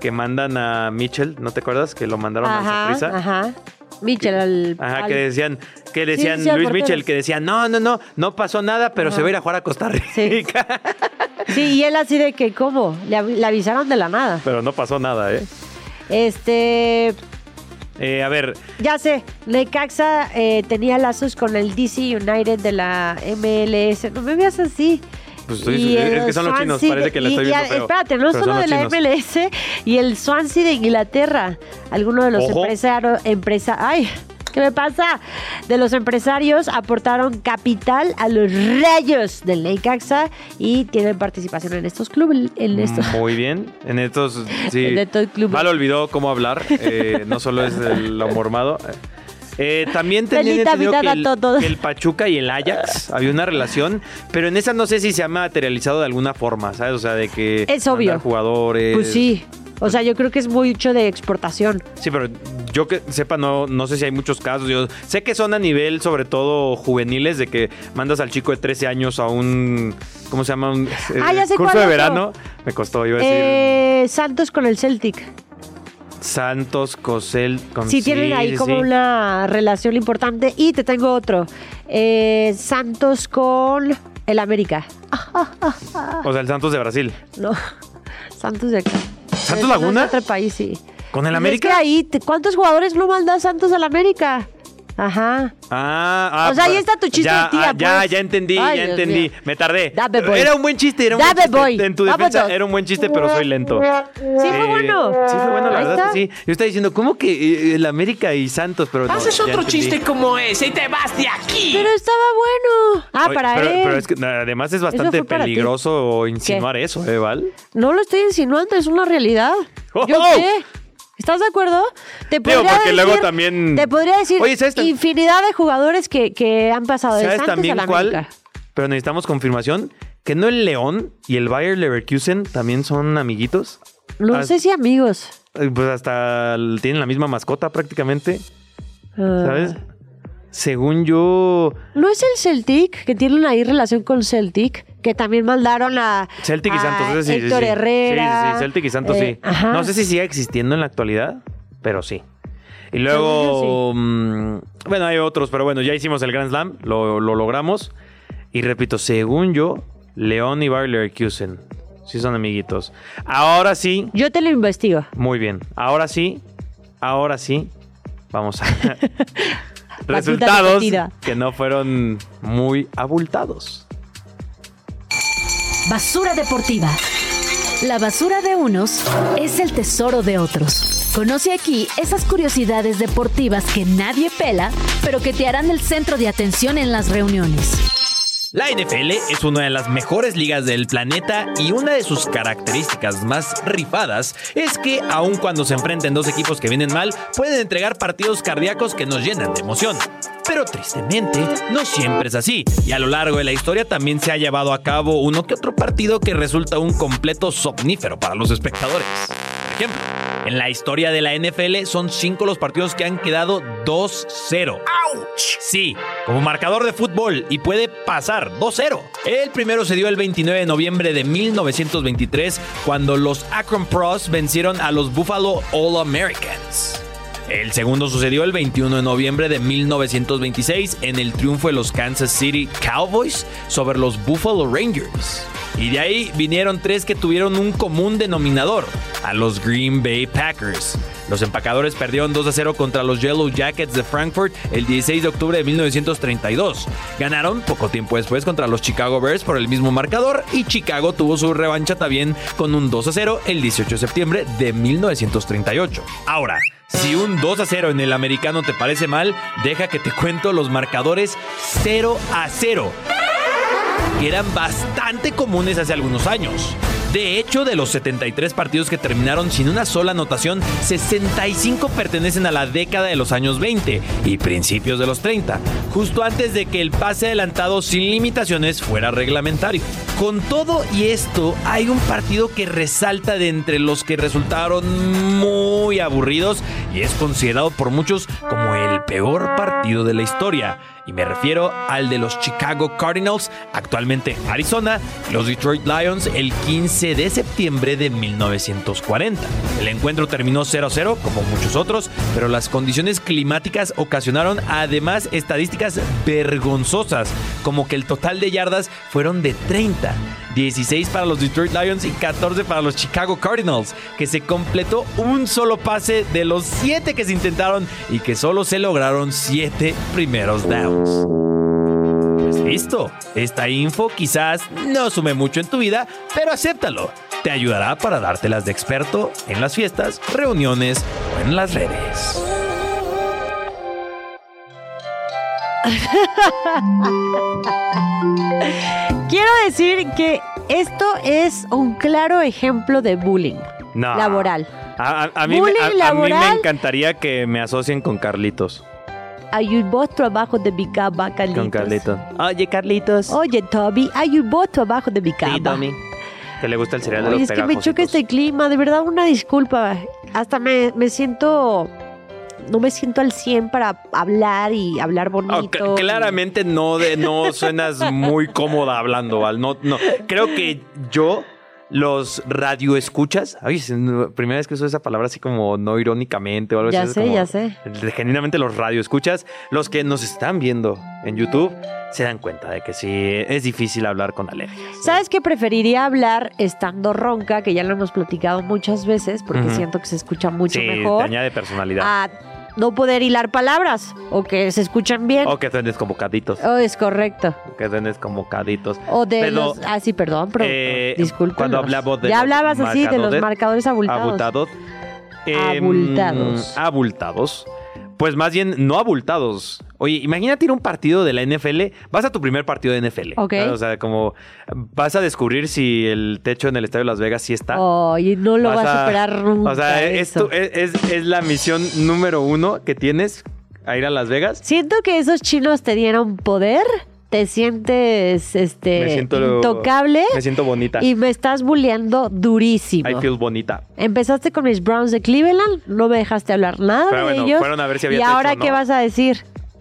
que mandan a Mitchell, ¿no te acuerdas? Que lo mandaron al Ajá, Saprissa. ajá. Michel, al, Ajá, al- que decían, que decían sí, al Luis portero. Mitchell, que decían, no, no, no, no pasó nada, pero se va a ir a jugar a Costa Rica. [LAUGHS] Sí. Sí, y él así de que, ¿cómo? Le, av- le avisaron de la nada. Pero no pasó nada, ¿eh? Este, Eh, A ver, ya sé, Necaxa eh, tenía lazos con el DC United de la MLS. No me veas así. Pues estoy- Y el es que son los chinos, Swansea parece que la y- estoy y viendo a- feo, Espérate, no pero son solo los de la chinos. MLS y el Swansea de Inglaterra. Algunos de los Ojo. empresarios... Empresa, ¡Ay! ¿Qué me pasa? De los empresarios aportaron capital a los rayos del Necaxa y tienen participación en estos clubes. Mm, En estos. Muy bien. En estos. [LAUGHS] Sí. En estos clubes. Mal olvidó cómo hablar. eh, no solo es el lo mormado. Eh, también tenía Bendita entendido que vida a el, todos. que el Pachuca y el Ajax había una relación, pero en esa no sé si se ha materializado de alguna forma, ¿sabes? O sea, de que Es obvio. mandar jugadores. Pues sí. O sea, yo creo que es mucho de exportación. Sí, pero yo que sepa, no, no sé si hay muchos casos. Yo sé que son a nivel, sobre todo, juveniles, de que mandas al chico de 13 años a un. ¿Cómo se llama? Un, eh, Ah, ya sé curso de cuál otro. verano. Me costó, iba a decir. Eh, Santos con el Celtic. Santos, Cosel. Con, Sí, tienen ahí sí, como sí. una relación importante. Y te tengo otro. Eh, Santos con el América. O sea, el Santos de Brasil. No. [LAUGHS] Santos de acá. ¿Santos No, es Laguna? de otro país, sí. ¿Con el Pues América? Es que ahí, te- ¿cuántos jugadores no manda Santos al América? Ajá. Ah, ah, O sea, ahí pues, está tu chiste ya, de tía, ah, ya, pues. ya entendí, Ay, ya Dios entendí. mío. Me tardé. Dame, boy. Era un buen chiste, era un Dame, buen boy. chiste. En tu Vámonos. defensa era un buen chiste, pero soy lento. Sí, fue Eh, bueno. Sí, fue bueno, la Ahí verdad está. que sí. Yo estaba diciendo, ¿cómo que eh, el América y Santos? Pero no, Haces ya Ah, otro entendí. chiste como ese y te vas de aquí. Pero estaba bueno. Ah, Oye, para pero, él. pero es que na- además es bastante fue para ti. peligroso insinuar eso, ¿eh, Val? No lo estoy insinuando, es una realidad. ¡Oh! ¿Yo qué? ¿Estás de acuerdo? Te Digo, porque luego también- Te podría decir Oye, ¿sabes tam- infinidad de jugadores que, que han pasado de ¿Sabes Santos a también la cuál? América. Pero necesitamos confirmación que no el León y el Bayer Leverkusen también son amiguitos. No Ah, sé si amigos. Eh, Pues hasta l- tienen la misma mascota prácticamente, Ah. ¿sabes? Según yo, ¿No es el Celtic que tienen ahí relación con Celtic? Que también mandaron a. Celtic y a Santos. ese sí, sí, Héctor sí. Herrera. Sí, sí, sí, Celtic y Santos, Eh, sí. Ajá. No sé si sigue existiendo en la actualidad, pero sí. Y luego, mm, bueno, hay otros, pero bueno, ya hicimos el Grand Slam, lo, lo logramos. Y repito, según yo, León y Bayer Leverkusen, sí son amiguitos. Ahora sí, Yo te lo investigo. Muy bien. Ahora sí, ahora sí, vamos [LAUGHS] a [LAUGHS] resultados repetida. que no fueron muy abultados. Basura deportiva. La basura de unos es el tesoro de otros. Conoce aquí esas curiosidades deportivas que nadie pela, pero que te harán el centro de atención en las reuniones. La NFL es una de las mejores ligas del planeta y una de sus características más rifadas es que aun cuando se enfrenten dos equipos que vienen mal, pueden entregar partidos cardíacos que nos llenan de emoción. Pero tristemente, no siempre es así, y a lo largo de la historia también se ha llevado a cabo uno que otro partido que resulta un completo somnífero para los espectadores. Por ejemplo, en la historia de la NFL son cinco los partidos que han quedado 2-0. Sí, como marcador de fútbol y puede pasar 2-0. El primero se dio el 29 de noviembre de 1923 cuando los Akron Pros vencieron a los Buffalo All Americans. El segundo sucedió el 21 de noviembre de 1926 en el triunfo de los Kansas City Cowboys sobre los Buffalo Rangers. Y de ahí vinieron tres que tuvieron un común denominador, a los Green Bay Packers. Los empacadores perdieron 2 a 0 contra los Yellow Jackets de Frankfurt el 16 de octubre de 1932. Ganaron poco tiempo después contra los Chicago Bears por el mismo marcador y Chicago tuvo su revancha también con un 2 a 0 el 18 de septiembre de 1938. Ahora, si un 2 a 0 en el americano te parece mal, deja que te cuento los marcadores 0 a 0 que eran bastante comunes hace algunos años. De hecho, de los 73 partidos que terminaron sin una sola anotación, 65 pertenecen a la década de los años 20 y principios de los 30, justo antes de que el pase adelantado sin limitaciones fuera reglamentario. Con todo y esto, hay un partido que resalta de entre los que resultaron muy aburridos y es considerado por muchos como el peor partido de la historia. Y me refiero al de los Chicago Cardinals, actualmente Arizona, y los Detroit Lions el 15 de septiembre de 1940. El encuentro terminó 0-0, como muchos otros, pero las condiciones climáticas ocasionaron además estadísticas vergonzosas, como que el total de yardas fueron de 30. 16 para los Detroit Lions y 14 para los Chicago Cardinals, que se completó un solo pase de los 7 que se intentaron y que solo se lograron 7 primeros downs. Pues Listo, esta info quizás no sume mucho en tu vida, pero acéptalo. Te ayudará para dártelas de experto en las fiestas, reuniones o en las redes. Quiero decir que esto es un claro ejemplo de bullying Ah. No. laboral. A, a- a mí, me- Bullying a- a mí laboral. me encantaría que me asocien con Carlitos. Ayudó trabajo de mi cama, Carlitos. Con Carlitos. Oye, Carlitos. Oye, Tommy, ayudó trabajo de mi cama. Sí, Tommy. Que le gusta el cereal de Ay, los es que me pegajositos. choca este clima, de verdad, una disculpa. Hasta me, me siento. No me siento al 100 para hablar y hablar Ah, bonito. cl- claramente no, [LAUGHS] de, no suenas muy cómoda hablando, Val. No, no. Creo que yo, los radioescuchas, ay, es la primera vez que uso esa palabra así como no irónicamente o algo Ya así. es sé, como- ya sé. Genuinamente los radioescuchas, los que nos están viendo en YouTube, se dan cuenta de que sí es difícil hablar con alergias. ¿Sabes qué? Preferiría hablar estando ronca, que ya lo hemos platicado muchas veces, porque Ujú. siento que se escucha mucho sí, te mejor. Ah, añade personalidad. A no poder hilar palabras o que se escuchan bien. O que suenes como caditos. Oh, es correcto. Que suenes como caditos. O de Pero, los. Ah, sí, perdón, pero. eh, disculpa. cuando hablamos de Ya los hablabas así de los marcadores- marcadores abultados. abultados. Em, Abultados. abultados. Pues más bien, no abultados. Oye, imagínate ir a un partido de la NFL. Vas a tu primer partido de NFL. Ok. O sea, como vas a descubrir si el techo en el estadio de Las Vegas sí está. Ay, no Oh, lo va Vas a superar nunca. ah, O sea, es, eso. tu- es- es- es la misión número uno que tienes a ir a Las Vegas. Siento que esos chinos te dieron poder, te sientes este Me siento- intocable Me siento bonita. ¿Eh? y me estás bulleando durísimo. I feel bonita. Empezaste con mis Browns de Cleveland, no me dejaste hablar nada Pero de bueno, ellos. fueron a ver si había y techo ahora o qué no. vas a decir?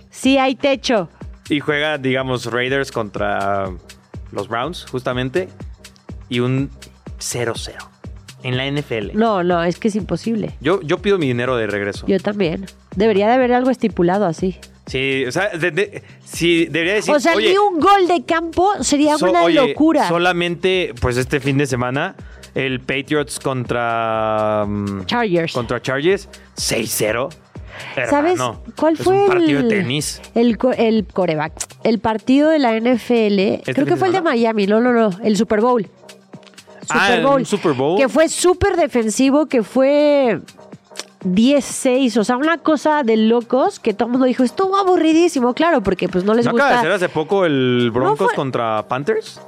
Sí hay techo. Y juega, digamos, Raiders contra los Browns, justamente. Y un 0-0 en la NFL. No, no, es que es imposible. Yo, yo pido mi dinero de regreso. Yo también. Debería de haber algo estipulado así. Sí, o sea, de- de- sí, debería decir. o sea, oye, ni un gol de campo sería so- una oye, locura. Solamente, pues este fin de semana, el Patriots contra. mm, Chargers. Contra Chargers, 6-0. ¿Sabes Hermano, cuál es fue un partido el, de tenis. El, co- el coreback. El partido de la NFL. ¿Este creo que fin fue el de de semana? Miami. No, no, no. El Super Bowl. Ah, Super ¿un Bowl. Super Bowl? Que fue súper defensivo, que fue 10-6. O sea, una cosa de locos que todo el mundo dijo, estuvo aburridísimo, claro, porque pues no les ¿No acaba de gusta. ser hace poco el Broncos fue- contra Panthers?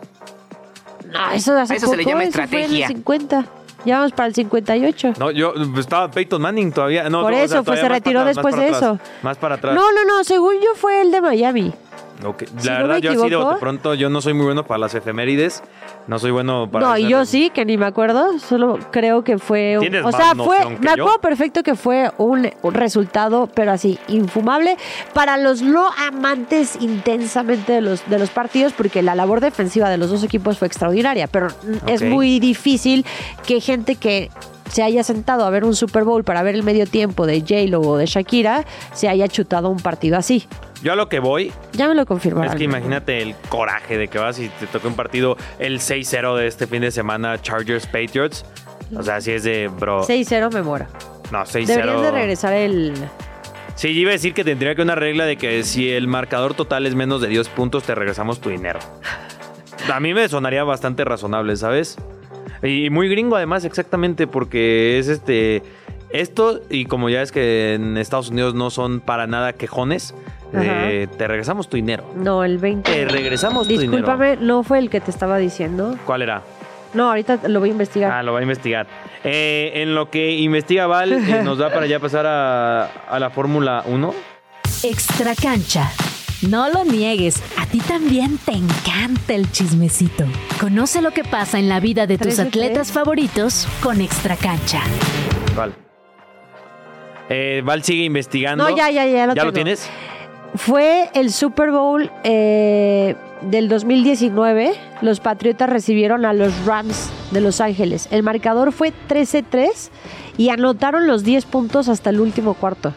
No, eso de hace A eso se le poco, llama eso fue en el estrategia. 50. Ya vamos para el 58. No, yo estaba Peyton Manning todavía. No, Por o sea, eso, pues, todavía se más retiró para atrás, después más para de atrás, Más para atrás. No, no, no, según yo fue el de Miami. Ok, La Si no verdad, me yo así de equivoco- bote pronto, yo no soy muy bueno para las efemérides. No soy bueno para. No, hacer- y yo sí, que ni me acuerdo, solo creo que fue... un- Tienes o más sea, noción fue, que me yo. acuerdo perfecto que fue un, un resultado, pero así, infumable para los no amantes intensamente de los, de los partidos, porque la labor defensiva de los dos equipos fue extraordinaria, pero mm, es Ok. muy difícil que gente que se haya sentado a ver un Super Bowl para ver el medio tiempo de J-Lo o de Shakira, se haya chutado un partido así. Yo a lo que voy Ya me lo confirmaron. es que imagínate el coraje de que vas y te toca un partido el 6-0 de este fin de semana, Chargers Patriots. O sea, así es de, bro. 6-0 me muero. No, 6-0. Deberían de regresar el... Sí, yo iba a decir que tendría que una regla de que si el marcador total es menos de 10 puntos, te regresamos tu dinero. A mí me sonaría bastante razonable, ¿sabes? Y muy gringo además, exactamente, porque es este... Esto, y como ya es que en Estados Unidos no son para nada quejones, Ajá. eh, te regresamos tu dinero. No, el 20. Te regresamos tu dinero. Discúlpame, no fue el que te estaba diciendo. ¿Cuál era? No, ahorita lo voy a investigar. Ah, lo va a investigar. Eh, en lo que investiga Val, eh, nos da para ya pasar a, a la Fórmula 1. Extra cancha. No lo niegues, a ti también te encanta el chismecito. Conoce lo que pasa en la vida de tus Tres de atletas tres. favoritos con Extra cancha. Val. Eh, Val sigue investigando. no, ya, ya, ya lo ¿Ya tengo. lo tienes? Fue el Super Bowl eh, del 2019. Los Patriotas recibieron a los Rams de Los Ángeles. El marcador fue 13-3 y anotaron los 10 puntos hasta el último cuarto.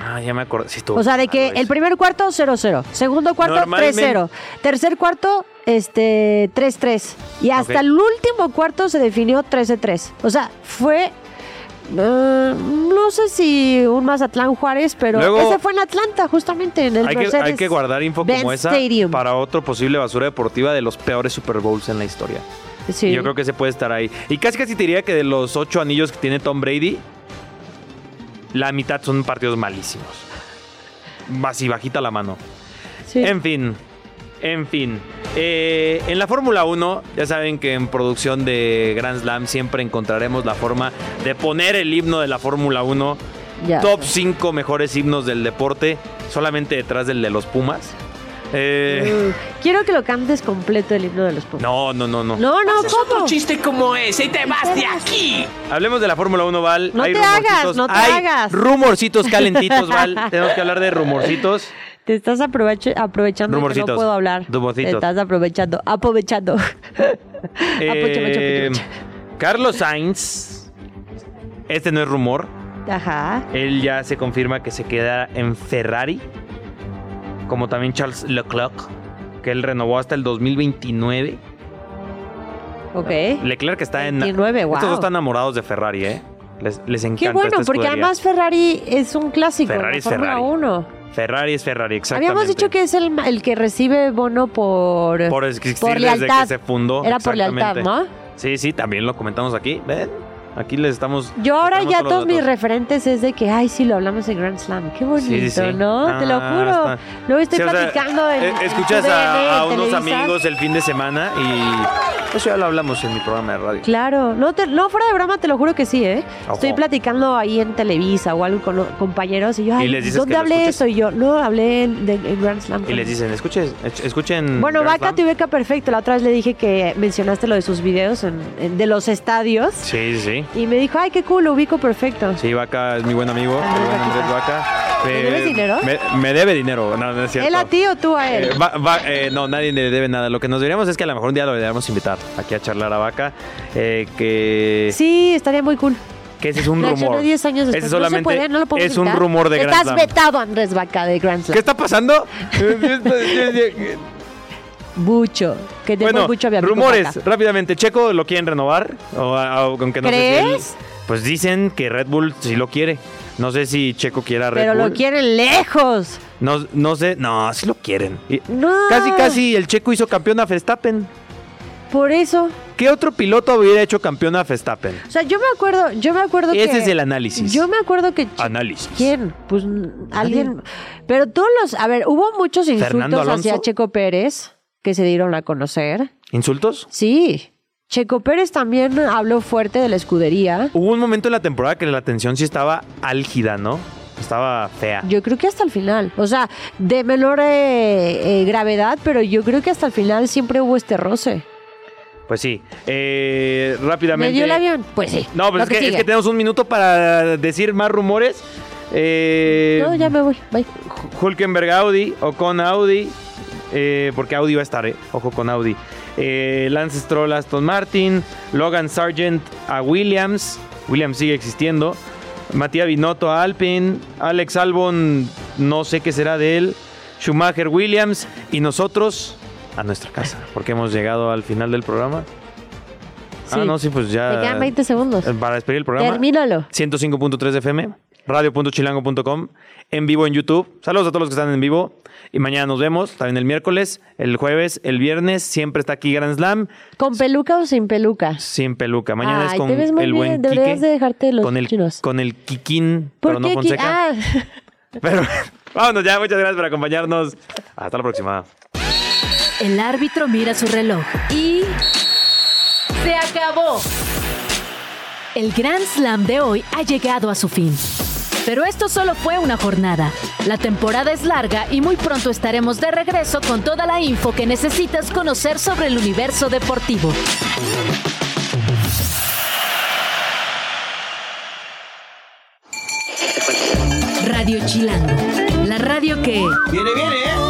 Ah, ya me acordé. Sí, estuvo O sea, de que raro el eso. primer cuarto 0-0, segundo cuarto Normalmente- 3-0, tercer cuarto este 3-3 y hasta Ok. el último cuarto se definió 13-3. O sea, fue eh, no sé si un Mazatlán Juárez, pero Luego- ese fue en Atlanta, justamente en el Hay que, hay Mercedes que guardar info Benz como esa Stadium. para otro posible basura deportiva de los peores Super Bowls en la historia. Sí. Yo creo que se puede estar ahí. Y casi casi te diría que de los ocho anillos que tiene Tom Brady, la mitad son partidos malísimos. Así bajita la mano. Sí. En fin, en fin. Eh, en la Fórmula 1, ya saben que en producción de Grand Slam siempre encontraremos la forma de poner el himno de la Fórmula 1. Ya. Top 5 mejores himnos del deporte, solamente detrás del de los Pumas. Eh, Mm, Quiero que lo cantes completo el himno de los Pumas. no, no, no, no. No, no, Haces ¿cómo? otro chiste como ese y te vas de aquí. Hablemos de la Fórmula 1, Val. No te rumorcitos- hagas, no te hay hagas. rumorcitos [LAUGHS] calentitos, Val. Tenemos que hablar de rumorcitos. Te estás aproveche- aprovechando de que Rumorcitos. no puedo hablar. Rumorcitos. Te estás aprovechando, aprovechando. Ah, Aprovecha, aprovecha, Eh, aprovecha. Carlos Sainz. Este no es rumor. Ajá. Él ya se confirma que se queda en Ferrari. Como también Charles Leclerc, que él renovó hasta el 2029. Ok. Leclerc está en. 29, wow. Estos dos están enamorados de Ferrari, ¿eh? Les, les encanta. Qué bueno, esta porque escudería. además Ferrari es un clásico. Ferrari Ferrari es es Fórmula Ferrari. 1. Ferrari es Ferrari, exactamente. Habíamos dicho que es el, ma- el que recibe bono por, Por existir por desde lealtad. que se fundó. Era por lealtad, exactamente. ¿no? Sí, sí, también lo comentamos aquí. Ven, aquí les estamos. Yo ahora les ya traemos todos mis los datos. referentes es de que, ay, sí, lo hablamos en Grand Slam. Qué bonito, Sí, sí, sí. ¿no? Te lo Ah, juro. está. Luego estoy Sí, o sea, platicando en- eh, en Escuchas TVN, a, a en unos Televisa. amigos el fin de semana y. Eso ya lo hablamos en mi programa de radio. Claro, no, te- no fuera de broma, te lo juro que sí, ¿eh? Ojo. Estoy platicando ahí en Televisa o algo con los compañeros y yo, Y ay, les dices ¿dónde que lo hablé escuches. eso? Y yo, no, hablé en, de- en Grand Slam. Y les dicen, escuchen. escuchen Bueno, Grand Vaca Slam". tu beca perfecto. La otra vez le dije que mencionaste lo de sus videos en- en- de los estadios Sí, sí, sí. y me dijo, ay, qué cool, lo ubico perfecto. Sí, Vaca es mi buen amigo. Andrés el buen Andrés Vaca. Eh, ¿Me debes dinero? Me, me debe dinero. No, no es cierto. ¿Él a ti o tú a él? Eh, va- va- eh, no, nadie le debe nada. Lo que nos deberíamos es que a lo mejor un día lo deberíamos invitar aquí a charlar a Vaca. eh, que, Sí, estaría muy cool. que ese es un Reaccionó rumor. 10 años Ese después. no se solamente puede, no lo podemos es un evitar. rumor de Grand Estás Slam. vetado, Andrés Vaca, de Grand ¿Qué Slam. está [LAUGHS] pasando? Bucho. Que te bueno, fue Bucho Viapico rumores. Vaca. Rápidamente, Checo lo quieren renovar. O, o- aunque no Sé ¿Crees? si él- pues dicen que Red Bull sí lo quiere. No sé si Checo quiera Red Pero Bull. lo quieren lejos. No, no sé. No, sí lo quieren. Y- No. Casi, casi el Checo hizo campeón a Verstappen. Por eso. ¿Qué otro piloto hubiera hecho campeón a Verstappen? O sea, yo me acuerdo, yo me acuerdo que... Ese es el análisis. Yo me acuerdo que... Che- Análisis. ¿Quién? Pues alguien... Pero todos los... A ver, hubo muchos ¿Fernando insultos Alonso? hacia Checo Pérez que se dieron a conocer. ¿Insultos? Sí. Checo Pérez también habló fuerte de la escudería. Hubo un momento en la temporada que la tensión sí estaba álgida, ¿no? Estaba fea. Yo creo que hasta el final. O sea, de menor eh, eh, gravedad, pero yo creo que hasta el final siempre hubo este roce. Pues sí. Eh, ¿Me rápidamente. dio el avión? Pues sí. No, pero Lo es que, es sigue. que tenemos un minuto para decir más rumores. Eh, No, ya me voy. Bye. Hulkenberg Audi o con Audi. eh, porque Audi va a estar, eh, ojo con Audi. Eh, Lance Stroll Aston Martin. Logan Sargent a Williams. Williams sigue existiendo. Matías Binotto a Alpine. Alex Albon, no sé qué será de él. Schumacher Williams. Y nosotros a nuestra casa. Porque hemos llegado al final del programa. Ah, Sí. no, sí, pues Me ya. quedan 20 segundos. Para despedir el programa. Termínalo. 105.3 de FM, radio.chilango.com, en vivo en YouTube. Saludos a todos los que están en vivo. Y mañana nos vemos, también el miércoles, el jueves, el viernes. Siempre está aquí Grand Slam, ¿Con peluca o sin peluca? sin peluca. Mañana Ay, es con te ves muy el bien. buen Deberías Quique, de dejarte los con el, chinos. Con el Kikín, ¿Por pero no qué aquí? Fonseca. Ah. Pero vámonos ya, muchas gracias por acompañarnos. Hasta la próxima. El árbitro mira su reloj y... ¡Se acabó! El Grand Slam de hoy ha llegado a su fin. Pero esto solo fue una jornada. La temporada es larga y muy pronto estaremos de regreso con toda la info que necesitas conocer sobre el universo deportivo. Radio Chilango, la radio que... Viene, viene, ¿eh?